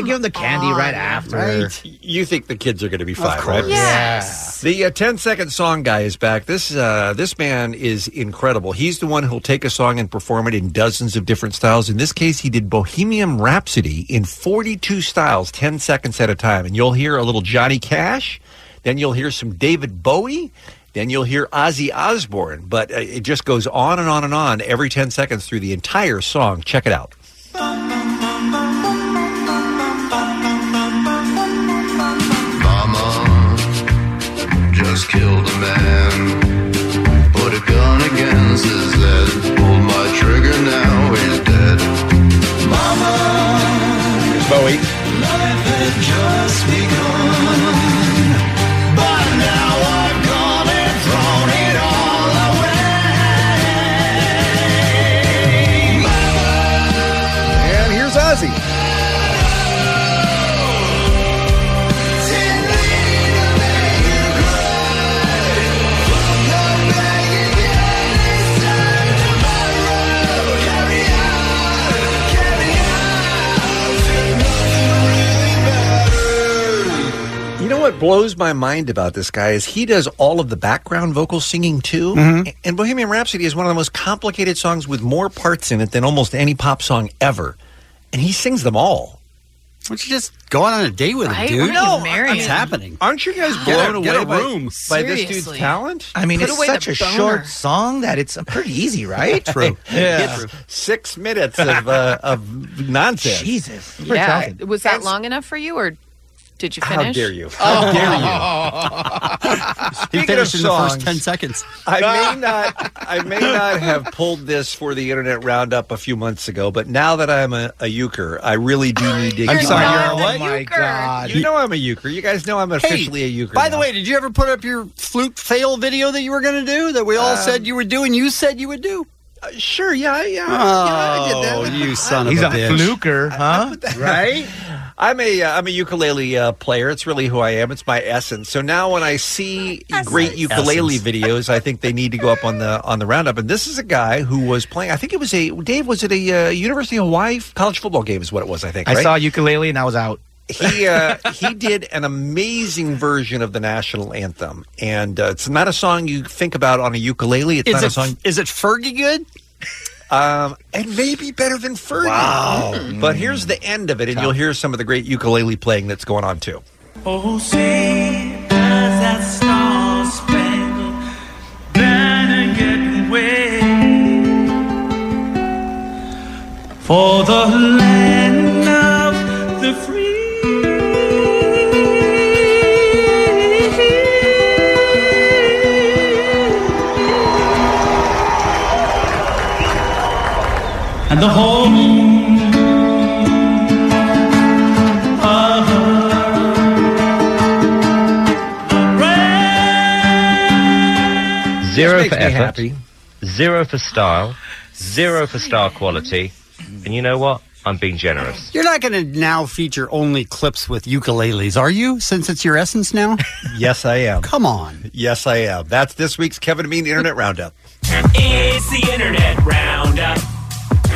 give them the candy right after. You think the kids are going to be fine, right?
course. Yes.
The uh, 10 second song guy is back. This uh, this man is incredible. He's the one who'll take a song and perform it in dozens of different styles. In this case, he did Bohemian Rhapsody in 42 styles, 10 seconds at a time. And you'll hear a little Johnny Cash, then you'll hear some David Bowie, then you'll hear Ozzy Osbourne. But uh, it just goes on and on and on every 10 seconds through the entire song. Check it out.
Mama just killed a man. Put a gun against his head. Pulled my trigger, now he's dead. Mama,
Here's Bowie.
life had just begun. But now I've gone and thrown it all away.
And here's Ozzy. You know what blows my mind about this guy is he does all of the background vocal singing too.
Mm-hmm.
A- And Bohemian Rhapsody is one of the most complicated songs with more parts in it than almost any pop song ever. And he sings them all.
Why don't you just go out on a date with
Right?
him,
Why
dude?
don't you marry
what's
him?
happening?
Aren't you guys
Get a-
blown
get a
away by-
room.
by this dude's talent?
I mean,
Put
it's
away
such
the
a
boner. *laughs*
short song that it's pretty easy,
*laughs*
right?
True.
Yeah.
It's six minutes of, uh,
*laughs*
of nonsense. Jesus.
Yeah. Was that long enough for you, or did you
How
finish? Oh.
dare you. How dare you.
*laughs*
Speaking
He
of
finished in the first
songs,
10 seconds.
I
*laughs*
may not I may not have pulled this for the internet roundup a few months ago, but now that I'm a, a euchre, I really do need to
I'm
get
sorry,
my-
you're a what?
Oh my god. You know I'm a euchre. You guys know I'm officially a euchre.
By the
now.
way, did you ever put up your flute fail video that you were going to do that we all
Um, uh,
said you were doing? You said you would do.
sure, yeah, yeah, yeah, I
Oh,
did that.
you son of
He's
a,
a
bitch.
fluker, huh?
*laughs* right? I'm a uh, I'm a ukulele uh, player. It's really who I am. It's my essence. So now when I see great ukulele videos, I think they need to go up on the on the roundup. And this is a guy who was playing. I think it was a Dave. Was it a uh, University of Hawaii college football game? Is what it was. I think.
I
right?
saw ukulele and I was out.
he uh, he did an amazing version of the national anthem, and uh, it's not a song you think about on a ukulele. It's
Is
not
it
a song.
is it Fergie good?
Um, and maybe better than Fergie. Wow! But here's the end of it, and you'll hear some of the great ukulele playing that's going on too.
Oh, say, does that star spangled banner get away? For the land of the free. And the home of
Zero
This
for
makes me
effort,
happy.
zero for style, zero for star quality, and you know what? I'm being generous.
You're not going to now feature only clips with ukuleles, are you? Since it's your essence now.
*laughs* yes, I am.
Come on.
Yes, I am. That's this week's Kevin and Bean Internet Roundup.
It's the internet roundup.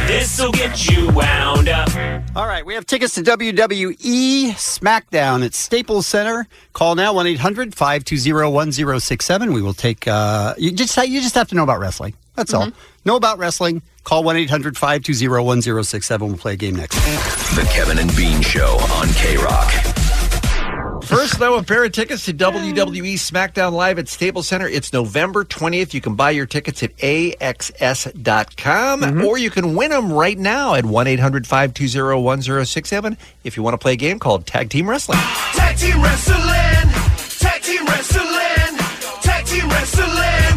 This'll get you wound up.
*laughs* All right, we have tickets to WWE SmackDown at Staples Center. Call now 1-800-520-1067. We will take uh you just ha- you just have to know about wrestling. That's all. Know about wrestling. Call 1-800-520-1067. We'll play a game next.
The Kevin and Bean Show on K Rock.
First, though, a pair of tickets to WWE SmackDown Live at Staples Center. It's November 20th. You can buy your tickets at AXS.com or you can win them right now at 1 800 520 1067 if you want to play a game called Tag Team *laughs* Wrestling.
Tag team wrestling. Tag team wrestling. Tag team wrestling.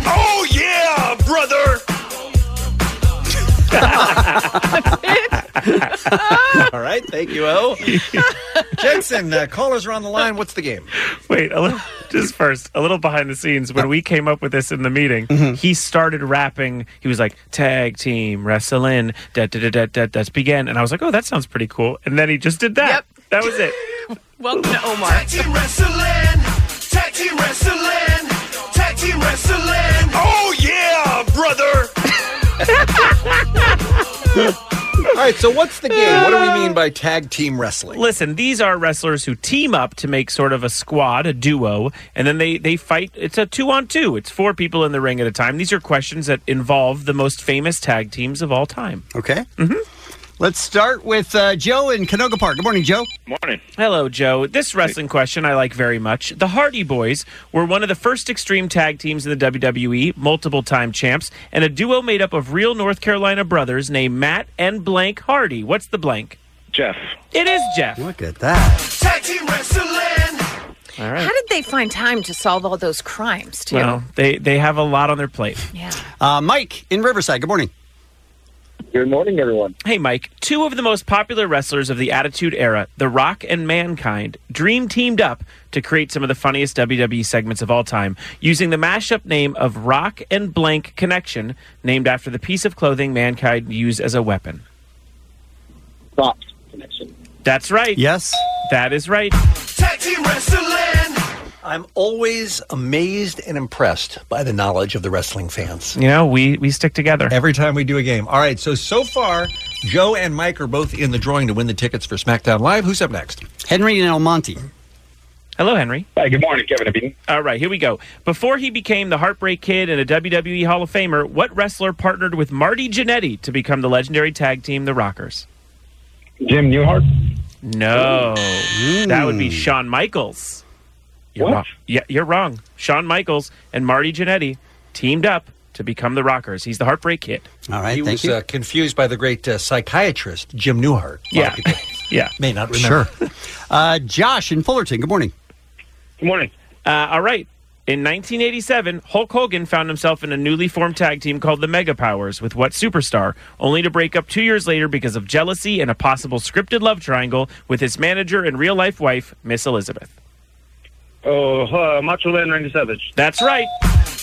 Oh yeah, brother.
All right. Thank you, O. *laughs* Jensen, uh, callers are on the line. What's the game?
Wait, a little, just first, a little behind the scenes. When we came up with this in the meeting,
Mm-hmm.
he started rapping. He was like, "Tag team wrestling, da da da da da." That's began, and I was like, "Oh, that sounds pretty cool." And then he just did that. That was it.
Welcome to Omar. Tag team wrestling. Tag team wrestling. Tag team wrestling. Oh yeah, brother.
All right. So, what's the game? What do we mean by tag team wrestling?
Listen, these are wrestlers who team up to make sort of a squad, a duo, and then they, they fight. It's a two on two, it's four people in the ring at a time. These are questions that involve the most famous tag teams of all time. Mm-hmm.
Okay. Let's start with uh, Joe in Canoga Park. Good morning, Joe.
Morning. Hello, Joe. This wrestling question I like very much. The Hardy Boys were one of the first extreme tag teams in the WWE, multiple time champs, and a duo made up of real North Carolina brothers named Matt and Blank Hardy. What's the blank? Jeff. It is Jeff.
Look at that.
Tag team wrestling.
All right.
How did they find time to solve all those crimes, too?
Well, they, they have a lot on their plate.
Yeah.
Uh, Mike in Riverside. Good morning.
Good morning, everyone. Hey, Mike. Two of the most popular wrestlers of the Attitude Era, The Rock and Mankind, dream teamed up to create some of the funniest WWE segments of all time using the mashup name of Rock and Blank Connection, named after the piece of clothing Mankind used as a weapon. Rock Connection. That's right.
Yes.
That is right.
Tag team wrestling.
I'm always amazed and impressed by the knowledge of the wrestling fans.
You know, we, we stick together.
Every time we do a game. All right, so so far, Joe and Mike are both in the drawing to win the tickets for SmackDown Live. Who's up next?
Henry and El Monte.
Hello, Henry.
Hi, good morning, Kevin and Bean.
All right, here we go. Before he became the Heartbreak Kid and a WWE Hall of Famer, what wrestler partnered with Marty Jannetty to become the legendary tag team, The Rockers?
Jim Newhart.
No, that would be Shawn Michaels. You're
What?
Wrong. Yeah, you're wrong. Shawn Michaels and Marty Jannetty teamed up to become The Rockers. He's the Heartbreak Kid.
All right,
he was Uh, confused by the great uh, psychiatrist Jim Newhart.
Yeah, yeah.
May not remember.
Sure. *laughs* Uh, Josh in Fullerton. Good morning.
Good morning. Uh, all right. In 1987, Hulk Hogan found himself in a newly formed tag team called the Mega Powers with what superstar, only to break up two years later because of jealousy and a possible scripted love triangle with his manager and real life wife, Miss Elizabeth.
Oh, uh, Macho Man Randy Savage.
That's right.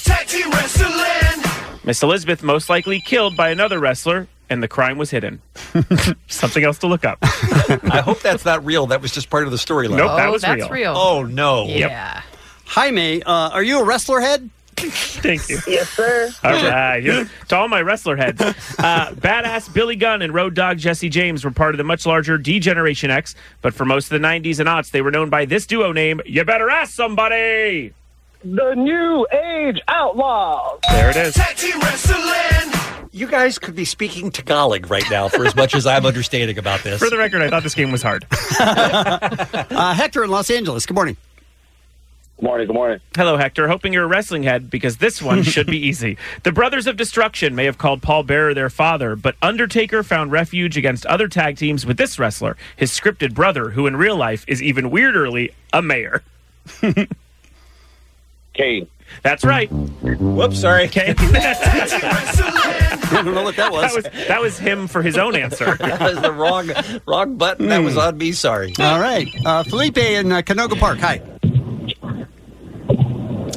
Tag team wrestling.
Miss Elizabeth most likely killed by another wrestler, and the crime was
*laughs*
hidden. Something else to look up.
I hope that's not real. That was just part of the storyline.
Nope, that Oh, was that's real. real.
Oh no.
Jaime, uh, are you a wrestler head?
Thank you.
Yes, sir.
All right. Yeah. To all my wrestler heads, uh, badass Billy Gunn and Road Dog Jesse James were part of the much larger D Generation X, but for most of the 90s and aughts, they were known by this duo name, You Better Ask Somebody.
The New Age Outlaws.
There it is.
You guys could be speaking Tagalog right now for as much as I'm understanding about this.
*laughs* For the record, I thought this game was hard.
*laughs* Uh, Hector in Los Angeles. Good morning.
Good morning. Good morning. Hello, Hector. Hoping you're a wrestling head because this one should *laughs* be easy. The Brothers of Destruction may have called Paul Bearer their father, but Undertaker found refuge against other tag teams with this wrestler, his scripted brother, who in real life is even weirderly a mayor. Kane. That's right. Whoops, sorry. *laughs* Kane. I don't know what that was. *laughs* That was, him for his own answer.
*laughs*
Hmm.
that was the wrong wrong button. That was on me. Sorry.
All right. Uh, Felipe in uh, Canoga Park. Hi.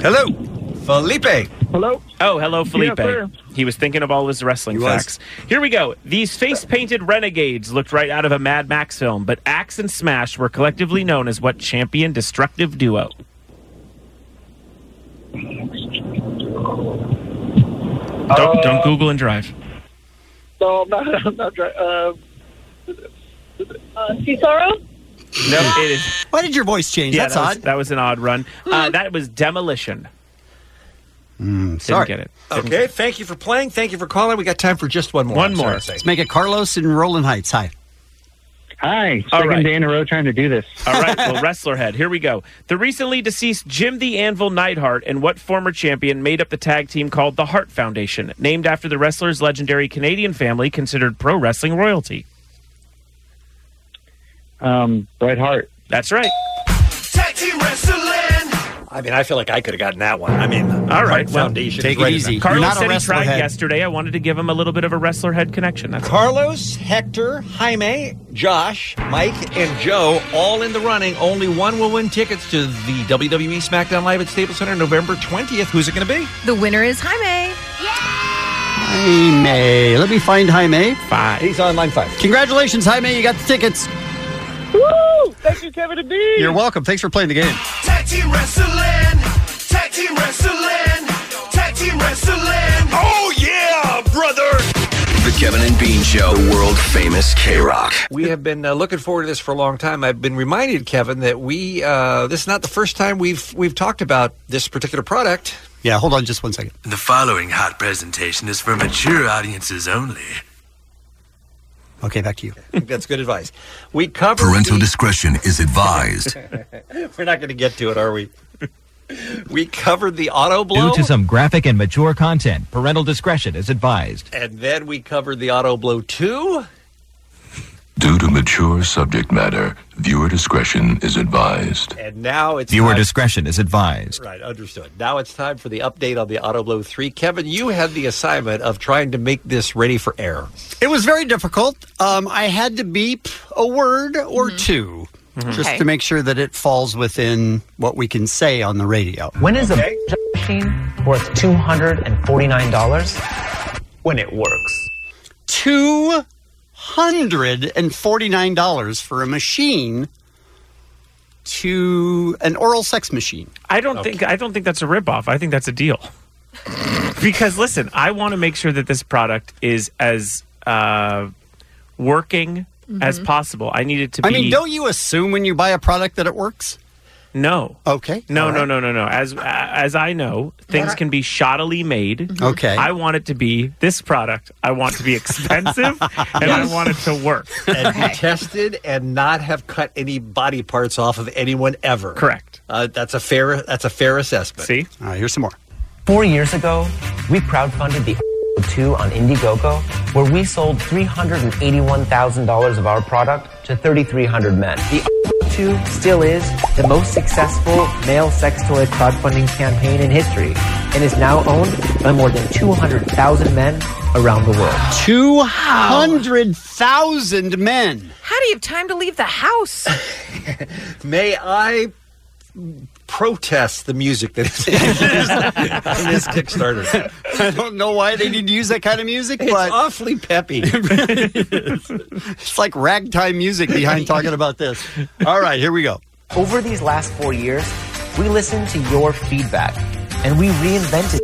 Hello. Felipe.
Hello.
Oh, hello, Felipe.
sir.
he was thinking of all his wrestling
He was.
facts. Here we go. These face painted renegades looked right out of a Mad Max film, but Axe and Smash were collectively known as what champion destructive duo? Don't,
Uh,
don't Google and drive.
No, I'm not. I'm not dri- Uh, uh, Cesaro?
No, it is.
Why did your voice change?
Yeah,
That's
that was-
odd.
that was an odd run. Uh, that was Demolition.
Hmm, sorry.
Didn't get it.
Okay. Thank you for playing. Thank you for calling. We got time for just one more.
One
I'm
more.
sorry to say.
Let's make it Carlos in Roland Heights. Hi.
Hi.
All right.
in a row trying to do this.
All right,
*laughs*
well, wrestler head, here we go. The recently deceased Jim the Anvil Neidhart and what former champion made up the tag team called the Hart Foundation, named after the wrestler's legendary Canadian family considered pro wrestling royalty?
Um, Bret Hart.
That's right.
Tag team wrestling.
I mean, I feel like I could have gotten that one. I mean, all
right, well,
Foundation.
take
is right
it
in
easy.
there.
Carlos said he tried yesterday. I wanted to give him a little bit of a wrestler head connection. That's all.
Carlos, Hector, Jaime, Josh, Mike, and Joe all in the running. Only one will win tickets to the WWE SmackDown Live at Staples Center November 20th. Who's it going to be?
The winner is Jaime.
Jaime. Let me find Jaime.
Five.
He's on line five.
Congratulations, Jaime. You got the tickets.
Woo! Thank you, Kevin and Bean.
You're welcome. Thanks for playing the game.
Tag team wrestling. Tag team wrestling. Tag team wrestling. Oh yeah, brother.
The Kevin and Bean Show, the world famous K Rock.
We have been uh, looking forward to this for a long time. I've been reminded, Kevin, that we uh, this is not the first time we've we've talked about this particular product.
Yeah, hold on just one second.
The following hot presentation is for mature audiences only.
Okay, back to you.
I think That's good advice. We covered *laughs*
Parental
the-
discretion is
*laughs*
advised.
We're not going to get to it, are we? *laughs* We covered the auto blow.
Due to some graphic and mature content, parental discretion is advised.
And then we covered the auto blow two.
Due to mature subject matter, viewer discretion is advised.
And now it's
Viewer
time-
discretion is advised.
Right, understood. Now it's time for the update on the auto blow three. Kevin, you had the assignment of trying to make this ready for air.
It was very difficult. Um, I had to beep a word or
Mm-hmm.
two just
Okay.
to make sure that it falls within what we can say on the radio.
When is a machine worth $249? When it works.
two hundred and forty nine dollars for a machine to an oral sex machine.
I don't think I don't think that's a ripoff. I think that's a deal. because listen, I want to make sure that this product is as uh, working as
Mhm.
possible. I need it to
I
be.
mean, don't you assume when you buy a product that it works?
No.
Okay.
No,
All
no,
right.
no, no, no. As as I know, things can be shoddily made.
Mm-hmm. Okay.
I want it to be this product. I want it to be
*laughs*
expensive, and I
Yes.
want it to work.
And be tested and not have cut any body parts off of anyone ever.
Correct.
Uh, that's a fair. That's a fair assessment.
See.
All right, Uh, here's some more.
Four years ago, we crowdfunded the 2 on Indiegogo, where we sold $381,000 of our product to 3,300 men. The 2 still is the most successful male sex toy crowdfunding campaign in history and is now owned by more than 200,000 men around the world.
Two
Oh.
hundred thousand men.
How do you have time to leave the house?
May I protest the music that is *laughs* in this Kickstarter.
*laughs* I don't know why they need to use that kind of music, but it's
awfully peppy.
*laughs* it's like ragtime music behind talking about this. All right, here we go.
Over these last four years, we listened to your feedback and we reinvented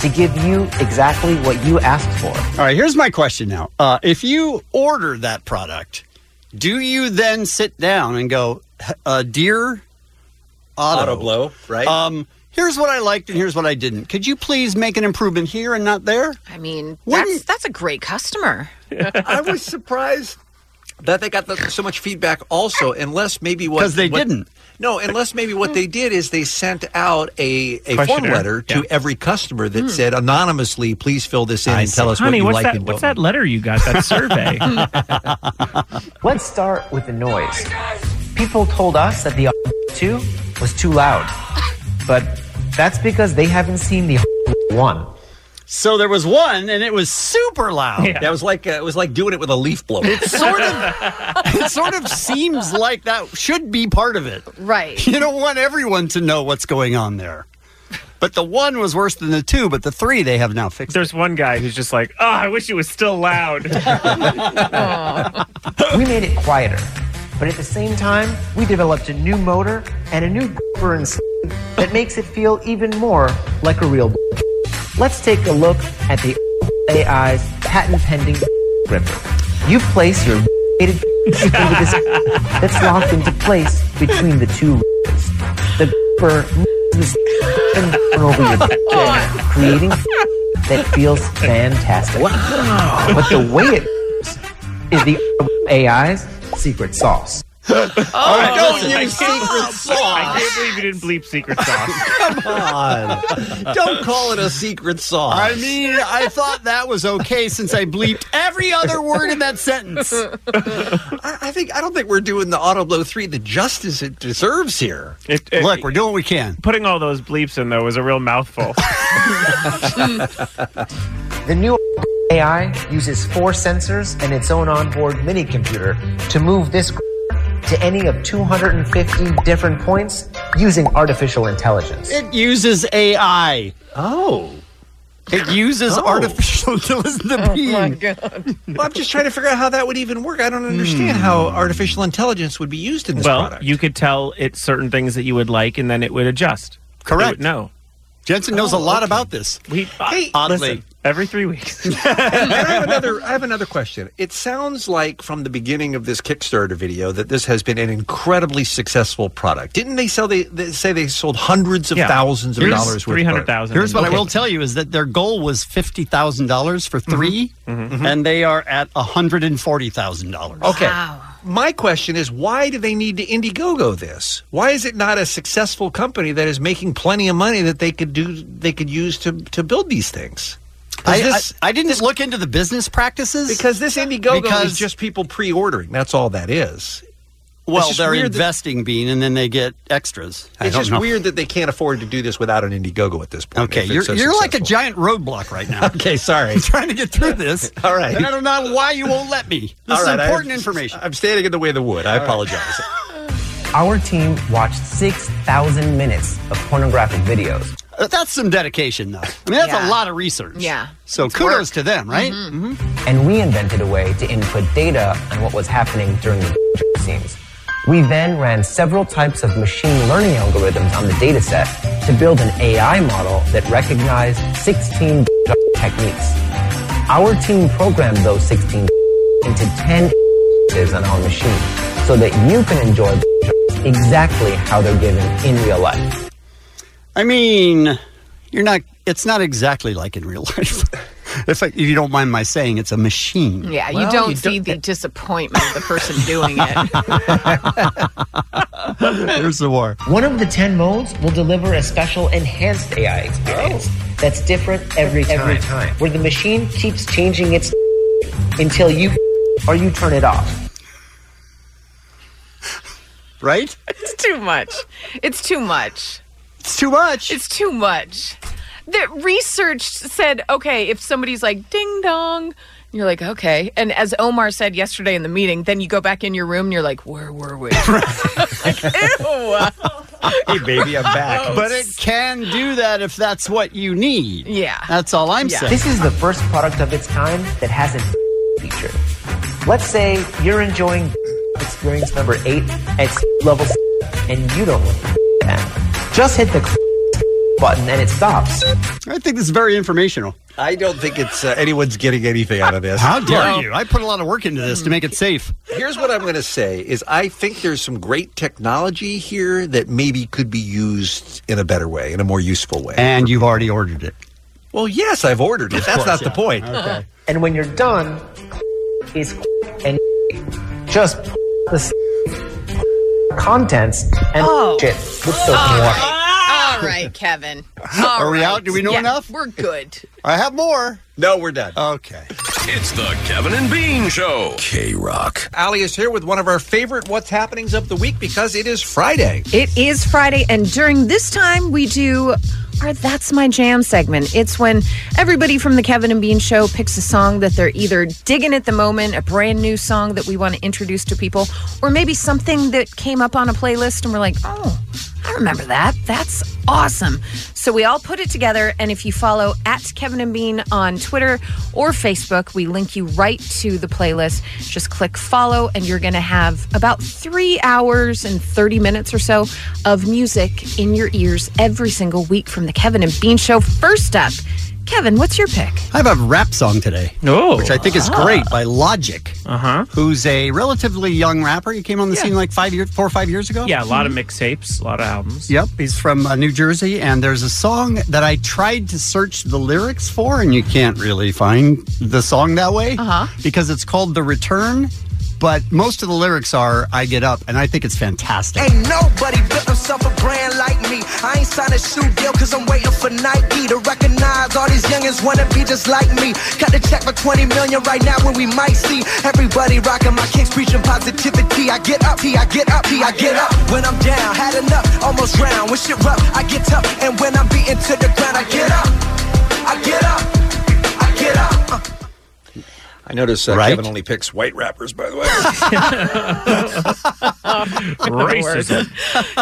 to give you exactly what you asked for.
All right, here's my question now. Uh, if you order that product, do you then sit down and go, uh, dear Auto,
Auto Blow, right?
Um, here's what I liked and here's what I didn't. Could you please make an improvement here and not there?
I mean, that's that's a great customer.
I was surprised that they got the, so much feedback also unless maybe what
'Cause they
what-
didn't.
no unless maybe what they did is they sent out a, a form
Questionnaire.
letter to
Yeah.
every customer that
Hmm.
said anonymously please fill this in and tell us what
Honey,
you
what's
like
that?
and
What's
don't
that letter you got? That survey.
*laughs* Let's start with the noise. People told us that the *laughs* 2 was too loud, but that's because they haven't seen the *laughs* 1.
So there was one, and it was super loud.
That was like uh, it was like doing it with a leaf blower.
It sort of it sort of seems like that should be part of it. *laughs*
Right.
You don't want everyone to know what's going on there. But the one was worse than the two, but the three they have now fixed.
There's one guy who's just like, oh, I wish it was still loud.
we made it quieter, but at the same time, we developed a new motor and a new *laughs* gripper and sleeve that makes it feel even more like a real. *laughs* Let's take a look at the *laughs* AI's patent pending
*laughs*
gripper. You place your *laughs* into this that's locked into place between the two. *laughs* grippers. The *laughs* gripper moves *laughs* and over your *laughs* back, creating that feels fantastic. But the way it *laughs* is the *laughs* AI's secret sauce.
All right,
Oh,
don't
I
use
can't-
secret
I
sauce.
can't believe you didn't bleep secret sauce.
*laughs* Come on.
Don't call it a secret sauce.
I mean, I thought that was okay since I bleeped every other word in that sentence.
I, I think I don't think we're doing the auto blow three the justice it deserves here.
It- it-
we're doing what we can.
Putting all those bleeps in though was a real
*laughs*
mouthful.
The new *laughs* AI uses four sensors and its own onboard mini computer to move this *laughs* to any of 250 different points using artificial intelligence.
It uses AI. Oh. It uses
Oh.
artificial *laughs* intelligence to be.
god!
Well, I'm just trying to figure out how that would even work. I don't understand how
Hmm.
artificial intelligence would be used in this
well,
product.
you could tell it certain things that you would like, and then it would adjust.
Correct.
no,
Jensen knows a lot about this.
We, uh,
Hey,
oddly.
listen, every three
*laughs*
weeks.
and I have another. I have another question. It sounds like from the beginning of this Kickstarter video that this has been an incredibly successful product. Didn't they sell? They, they say they sold hundreds of thousands of dollars worth. of product.
Here's what I will tell you is that their goal was fifty thousand dollars
Mm-hmm.
for 3 and they are at hundred and forty thousand dollars.
Mm-hmm. Okay. My question is, why do they need to Indiegogo this? Why is it not a successful company that is making plenty of money that they could do? They could use to to build these things.
I,
Is this-
I, I didn't look into the business practices
because this Indiegogo
because-
is just people pre-ordering. That's all that is.
well,
just
they're
weird that-
investing being, and then they get extras. I
It's
don't
just
know.
weird that they can't afford to do this without an Indiegogo at this point.
Okay,
if
you're,
it's so
you're like a
successful.
giant roadblock right now.
*laughs* Okay, sorry.
I'm trying to get through this.
*laughs* All right.
and I don't know why you
*laughs*
won't let me. This
All
is
right, I-
important information.
I'm standing in the way of the wood. I
All right.
apologize.
Our team watched 6,000 minutes of pornographic videos.
Uh, *laughs* That's some dedication, though. I mean, that's
Yeah.
a lot of research.
Yeah.
So kudos to them, right? Mm-hmm.
Mm-hmm. And we invented a way to input data on what was happening during the scenes. We then ran several types of machine learning algorithms on the data set to build an AI model that recognized 16 techniques. Our team programmed those 16 into 10 on our machine so that you can enjoy exactly how they're given in real life.
I mean, you're not. It's not exactly like in real *laughs* life. if, I, if you don't mind my saying, it's a machine.
Yeah,
Well,
you don't see the disappointment of the person *laughs* doing
*laughs*
it.
There's the war.
One of the 10 modes will deliver a special enhanced AI experience that's different every time,
Every
where the machine keeps changing its *laughs* until you *laughs* or you turn it off.
Right?
*laughs* It's too much. It's too much.
It's too much.
It's too much. The research said, okay, if somebody's like ding dong, you're like, okay. And as Omar said
*laughs*
*laughs*
yesterday in the meeting, then you go back in your room and you're like, where were we? Like, Ew.
hey, baby,
I'm
*laughs*
back.
But it can do that if that's what you need.
Yeah.
That's all I'm saying.
This is the first product of its kind that has a *laughs* feature. Let's say you're enjoying *laughs* experience number eight at *laughs* level and you don't want that. Just hit the button and it stops.
I think this is very informational.
I don't think it's uh, anyone's getting anything out of this.
How dare you? I put a lot of work into this to make it safe.
Here's what I'm going to say is I think there's some great technology here that maybe could be used in a better way, in a more useful way.
And you've already ordered it.
Well, yes, I've ordered it. That's not the point.
*laughs* And when you're done, is and just the contents and shit with the
Ah.
more.
All right, Kevin. All
*laughs* Are we
right.
out? Do we know
Yeah,
enough?
We're good.
I have more.
No, we're done.
Okay.
It's the Kevin and Bean Show. K Rock.
Ali is here with one of our favorite What's Happenings of the Week because it is Friday.
It is Friday, and during this time, we do our That's My Jam segment. It's when everybody from the Kevin and Bean show picks a song that they're either digging at the moment, a brand new song that we want to introduce to people, or maybe something that came up on a playlist and we're like, oh, I remember that. That's awesome. So we all put it together, and if you follow at Kevin and Bean on Twitter or Facebook, we link you right to the playlist. Just click follow, and you're going to have about three hours and 30 minutes or so of music in your ears every single week from the Kevin and Bean Show. First up, Kevin, what's your pick?
I have a rap song today,
oh.
which I think is
Ah.
great by Logic, uh-huh. who's a relatively young rapper. He came on the scene like five years, four or five years ago.
Yeah, a lot of mixtapes, a lot of albums.
Yep, he's from uh, New Jersey, and there's a song that I tried to search the lyrics for, and you can't really find the song that way uh-huh. because it's called "The Return." But most of the lyrics are "I get up," and I think it's fantastic.
Ain't nobody built himself a brand like me. I ain't signed a shoe deal cause I'm waiting for Nike to recognize all these youngins wanna be just like me. Cut the check for 20 million right now when we might see everybody rocking my kicks preaching positivity. I get up, T, I get up, T, I get up. When I'm down, had enough, almost round. When shit rough, I get tough. And when I'm beaten to the ground, I get up, I get up, I get up. Uh.
I notice uh,
Right?
Kevin only picks white rappers, by the way.
Racism.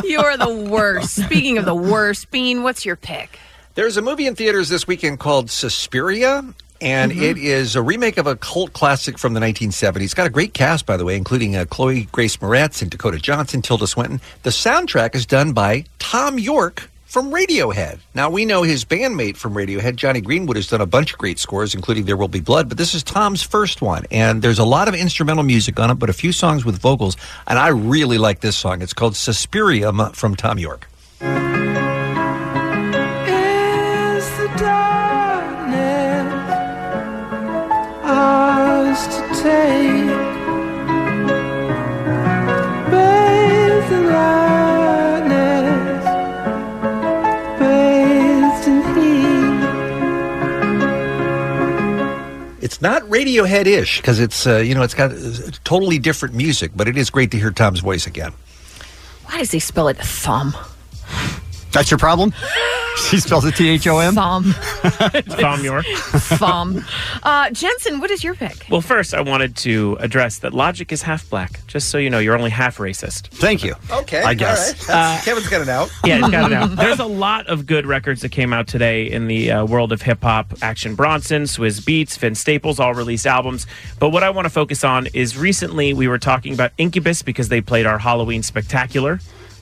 *laughs* you are the worst. Speaking of the worst, Bean, what's your pick?
There's a movie in theaters this weekend called Suspiria, and it is a remake of a cult classic from the 1970s. It's got a great cast, by the way, including uh, Chloe Grace Moretz and Dakota Johnson, Tilda Swinton. The soundtrack is done by Tom York from Radiohead. Now, we know his bandmate from Radiohead, Johnny Greenwood, has done a bunch of great scores, including There Will Be Blood, but this is Tom's first one. And there's a lot of instrumental music on it, but a few songs with vocals. And I really like this song. It's called Suspirium from Tom York.
is the darkness ours to take? Bathed in lightness, bathed in heat.
It's not Radiohead-ish because it's uh, you know it's got uh, totally different music, but it is great to hear Tom's voice again.
Why does he spell
*laughs*
it thumb?
That's your
*laughs*
problem. She spells it T H O M. *laughs*
Thumb.
Tom York.
Thumb. Uh, Jensen, what is your pick?
Well, first, I wanted to address that Logic is half black, just so you know, you're only half racist.
Thank you.
Okay,
I guess.
Kevin's got it out.
*laughs* Yeah, it's got it
*laughs*
out. There's a lot of good records that came out today in the uh, world of hip hop. Action Bronson, Swizz Beats, Vince Staples all released albums. But what I want to focus on is recently we were talking about Incubus because they played our Halloween Spectacular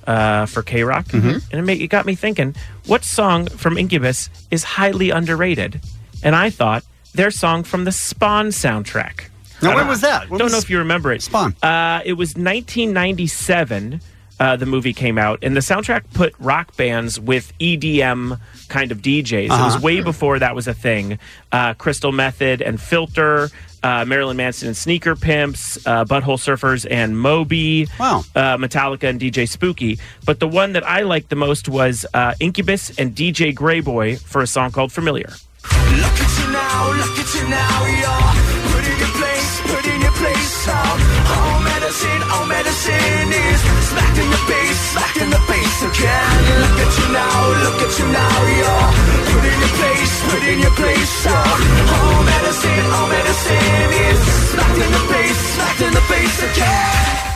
uh, for K Rock,
Mm-hmm.
and it, made, it got me thinking: what song from Incubus is highly underrated? And I thought their song from the Spawn soundtrack.
Now,
I
when
don't-
was that? When
don't
was
know if you remember it.
Spawn.
Uh, it was 1997. Uh, the movie came out, and the soundtrack put rock bands with EDM kind of DJs. It
Uh-huh.
was way before that was a thing. Uh, Crystal Method and Filter, uh, Marilyn Manson and Sneaker Pimps, uh, Butthole Surfers and Moby, wow. uh, Metallica and DJ Spooky. But the one that I liked the most was uh, Incubus and DJ Greyboy for a song called Familiar.
Look at you now, look at you now, you're put in your place, put in your place. All, all medicine, all medicine is smack in the face, smack in the face again. Look at you now, look at you now, you're put in your place, put in your place. All, all medicine, all medicine is smack in the face, smack in the face again.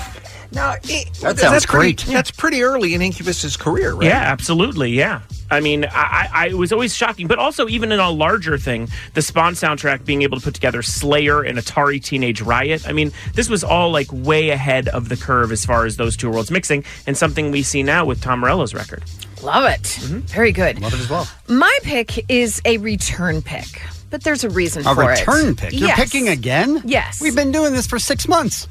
Now Now, eh,
That
that's
sounds
pretty-
great.
That's pretty early in Incubus's career, right?
Yeah, absolutely. Yeah. I mean, I, I, I it was always shocking, but also even in a larger thing, the Spawn soundtrack being able to put together Slayer and Atari Teenage Riot. I mean, this was all like way ahead of the curve as far as those two worlds mixing, and something we see now with Tom Morello's record.
Love it. Very good.
Mm-hmm. Love it as well.
My pick is a return pick, but there's a reason
A
for it.
return pick. You're
Yes.
picking again?
Yes.
We've been doing this for six months.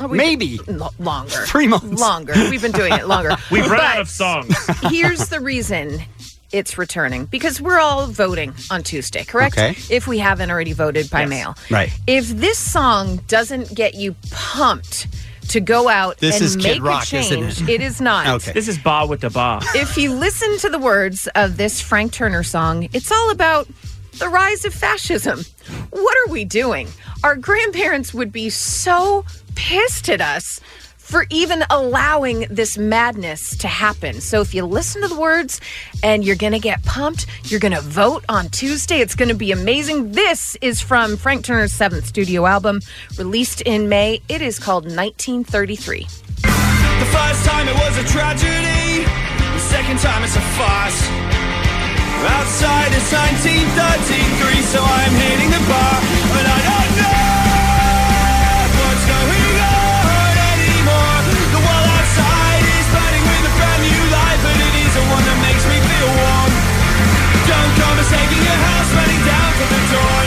Oh, we-
Maybe.
L- longer.
Three months.
Longer. We've been doing
*laughs*
it longer.
We've run
But
out of songs.
Here's the reason it's returning because we're all voting on Tuesday, correct?
Okay.
If we haven't already voted by mail.
*laughs* Right.
If this song doesn't get you pumped to go out
This
and
is Kid
make a
Rock,
change,
isn't it?
it
*laughs*
is not.
This is Ba with the Ba.
*laughs* if you listen to the words of this Frank Turner song, it's all about the rise of fascism. What are we doing? Our grandparents would be so pissed at us for even allowing this madness to happen. So if you listen to the words and you're going to get pumped, you're going to vote on Tuesday. It's going to be amazing. This is from Frank Turner's seventh studio album, released in May. It is called 1933.
The first time it was a tragedy, the second time it's a farce. Outside it's 1933, so I'm hitting the bar, but I don't know what's going on anymore. The world outside is burning with a brand new light, but it is the one that makes me feel warm. Don't come as taking your house, burning down for the dawn.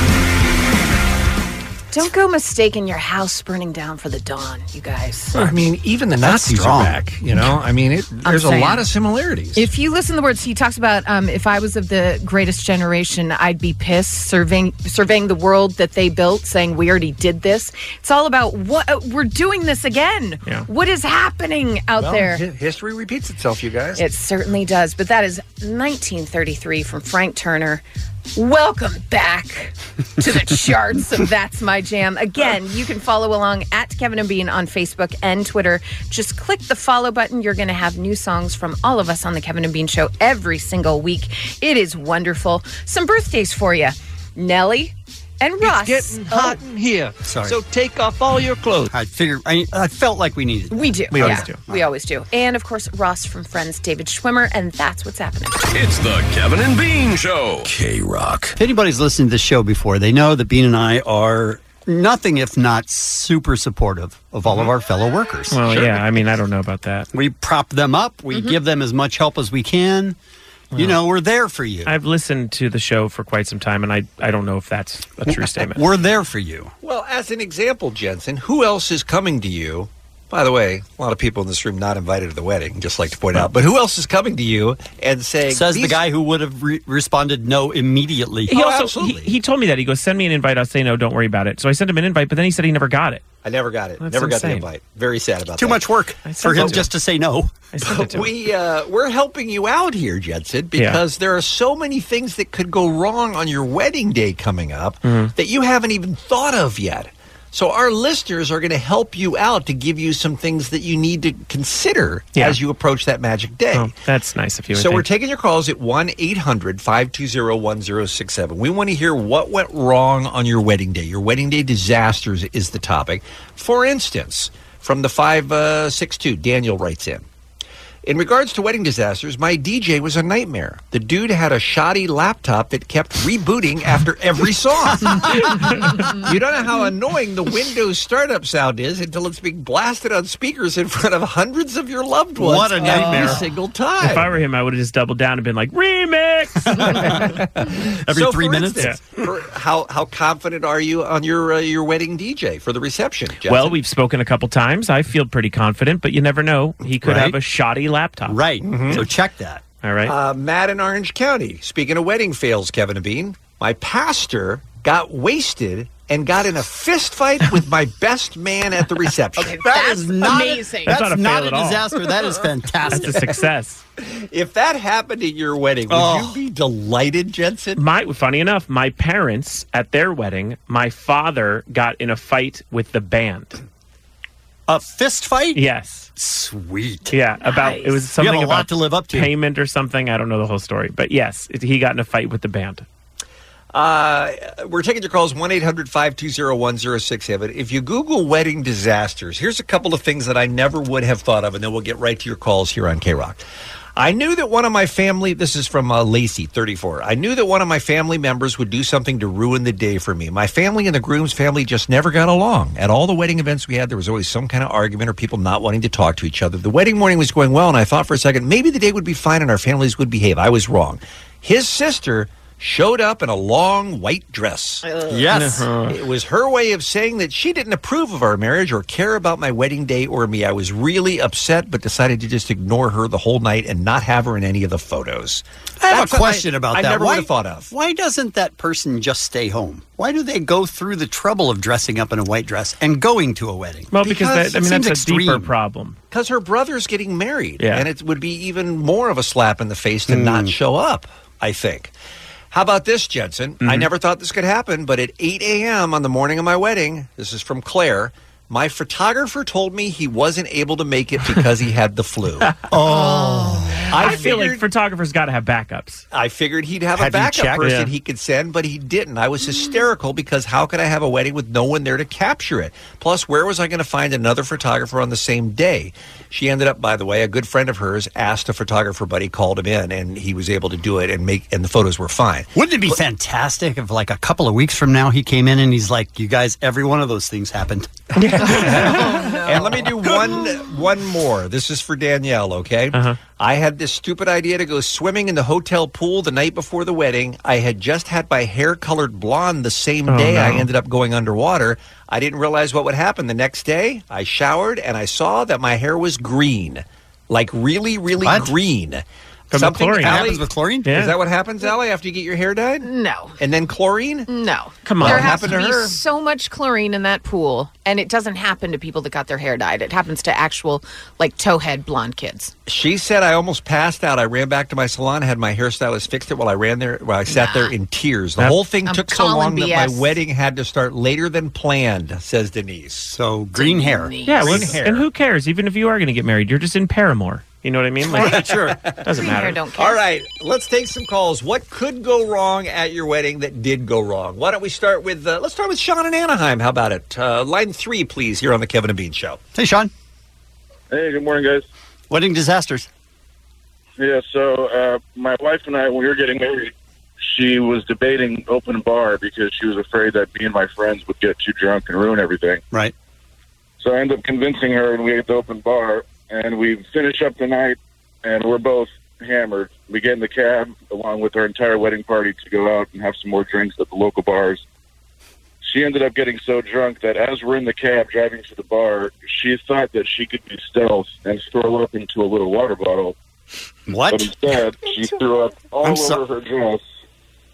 Don't go mistaking your house burning down for the dawn, you guys.
I mean, even the
That's
Nazis are
strong.
back. You know, I mean, it, there's a
saying.
lot of similarities.
If you listen to the words, he talks about um, if I was of the greatest generation, I'd be pissed surveying surveying the world that they built, saying we already did this. It's all about what uh, we're doing this again.
Yeah.
What is happening out
Well,
there?
hi- history repeats itself, you guys.
It certainly does. But that is 1933 from Frank Turner. Welcome back to *laughs* the charts of That's My Jam. Again, you can follow along at Kevin and Bean on Facebook and Twitter. Just click the follow button. You're going to have new songs from all of us on The Kevin and Bean Show every single week. It is wonderful. Some birthdays for you Nellie and Ross. Oh. It's getting hot in here.
Sorry.
So
take off all your clothes. I figured. I, I felt like we needed.
We do.
We always
Yeah,
do.
We always do. And of course, Ross from Friends, David Schwimmer, and that's what's happening.
It's the Kevin and Bean Show. K Rock.
If anybody's listened to this show before, they know that Bean and I are nothing if not super supportive of all of our fellow workers.
Well, yeah. I mean, I don't know about that.
We prop them up. We give them as much help as we can. you know, we're there for you.
I've listened to the show for quite some time, and I, I don't know if that's a true statement.
We're there for you.
Well, as an example, Jensen, who else is coming to you? By the way, a lot of people in this room not invited to the wedding, just like to point out. But who else is coming to you and saying?
Says the
"These-
guy who would have re- responded no immediately. Oh,
He also he, he told me that he goes send me an invite. I'll say no. Don't worry about it. So I sent him an invite, but then he said he never got it.
I never got it.
That's
never got the
insane.
invite. Very sad about
Too
that.
much work for him just to say no.
But *laughs* we uh, we're helping you out here, Jensen,
Yeah.
because there are so many things that could go wrong on your wedding day coming up that you haven't even thought of yet. So our listeners are going to help you out to give you some things that you need to consider as you approach that magic day.
Oh, that's nice of you.
So we're taking your calls at 1 800 520 1067. We want to hear what went wrong on your wedding day. Your wedding day disasters is the topic. For instance, from the 562, Daniel writes in In regards to wedding disasters, my DJ was a nightmare. The dude had a shoddy laptop that kept rebooting after every song. you don't know how annoying the Windows startup sound is until it's being blasted on speakers in front of hundreds of your loved ones.
What a
every
nightmare.
single time.
If I were him, I would have just doubled down and been like remix
So, for instance, *laughs* for- how how confident are you on your uh, your wedding DJ for the reception? Jeff?
Well, we've spoken a couple times. I feel pretty confident, but you never know. He could
Right.
have a shoddy laptop. Mm-hmm.
Right.
So
check that.
All right.
uh, Matt in Orange County. Speaking of wedding fails, Kevin and Bean, my pastor got wasted and got in a fist fight with *laughs* my best man at the reception.
That is not
amazing.
That's,
That's not a
not a,
fail at all.
disaster. That
*laughs*
is fantastic.
That's a success. if that happened at your wedding, would you be delighted, Jensen?
My, funny enough, my parents at their wedding, my father got in a fight with the band.
A fist fight?
Yes.
Sweet.
Yeah. About it was
Nice.
something
You have a
about
lot to live up to.
payment or something. I don't know the whole story, but yes, it, he got in a fight with the band.
Uh, we're taking your calls 1 800 520 1067. If you Google wedding disasters, here's a couple of things that I never would have thought of, and then we'll get right to your calls here on K Rock. I knew that one of my family, this is from uh, Lacey, 34. I knew that one of my family members would do something to ruin the day for me. My family and the groom's family just never got along. At all the wedding events we had, there was always some kind of argument or people not wanting to talk to each other. The wedding morning was going well, and I thought for a second, maybe the day would be fine and our families would behave. I was wrong. His sister showed up in a long white dress. Uh-huh.
Yes. No.
It was her way of saying that she didn't approve of our marriage or care about my wedding day or me. I was really upset, but decided to just ignore her the whole night and not have her in any of the photos.
I have
That's
a
what
question about
I
that.
never
why,
would have thought of.
Why doesn't that person just stay home? Why do they go through the trouble of dressing up in a white dress and going to a wedding?
Well, because, that, I
it
mean
seems
that's a deeper
extreme.
problem.
Because her brother's getting married,
Yeah.
and it would be even more of a slap in the face to not show up, I think. How about this, Jensen? I never thought this could happen, but at 8 a.m. on the morning of my wedding, this is from Claire, my photographer told me he wasn't able to make it because he had the flu.
Oh. I, feel like
figured-
photographers got to have backups.
I figured he'd have, a
Have you
backup
checked?
person
Yeah.
he could send, but he didn't. I was hysterical because how could I have a wedding with no one there to capture it? Plus, where was I going to find another photographer on the same day? She ended up, by the way, a good friend of hers asked a photographer buddy, called him in, and he was able to do it and make, and the photos were fine.
Wouldn't it be fantastic if, like, a couple of weeks from now, he came in and he's like, "You guys, every one of those things happened."
And let me do one one more. This is for Danielle, okay? I had this stupid idea to go swimming in the hotel pool the night before the wedding. I had just had my hair colored blonde the same
Oh,
day I
no.
ended up going underwater. I didn't realize what would happen the next day. I showered and I saw that my hair was green. Like really, really green.
From the chlorine. That
Allie-
happens with chlorine? Yeah.
Is that what happens, Allie, after you get your hair dyed?
No.
And then chlorine?
No.
Come on.
There
What
has to
happened to
be
her?
so much chlorine in that pool, and it doesn't happen to people that got their hair dyed. It happens to actual, like, towhead blonde kids.
She said I almost passed out. I ran back to my salon, had my hairstylist fixed it while I ran there. While I sat there in tears. The
That-
whole thing
I'm
took so
calling
long that
BS.
my wedding had to start later than planned. Says Denise. So
green hair.
Yeah, well,
green hair. *laughs*
and who cares? Even if you are going to get married, you're just in Paramore. You know what I mean?
sure.
*laughs* Doesn't matter.
All right, let's take some calls. What could go wrong at your wedding that did go wrong? Why don't we start with uh, let's start with Sean in Anaheim. How about it? Uh, line three, please, here on the Kevin and Bean Show.
Hey, Sean.
Hey, good morning, guys.
Wedding disasters.
Yeah, so uh, my wife and I, when we were getting married, she was debating open bar because she was afraid that me and my friends would get too drunk and ruin everything.
Right.
So I ended up convincing her, and we ate the open bar, and we finish up the night, and we're both hammered. We get in the cab along with our entire wedding party to go out and have some more drinks at the local bars. She ended up getting so drunk that as we're in the cab driving to the bar, she thought that she could be stealth and throw up into a little water bottle.
What?
But instead, she threw up all
I'm
over
so-
her dress.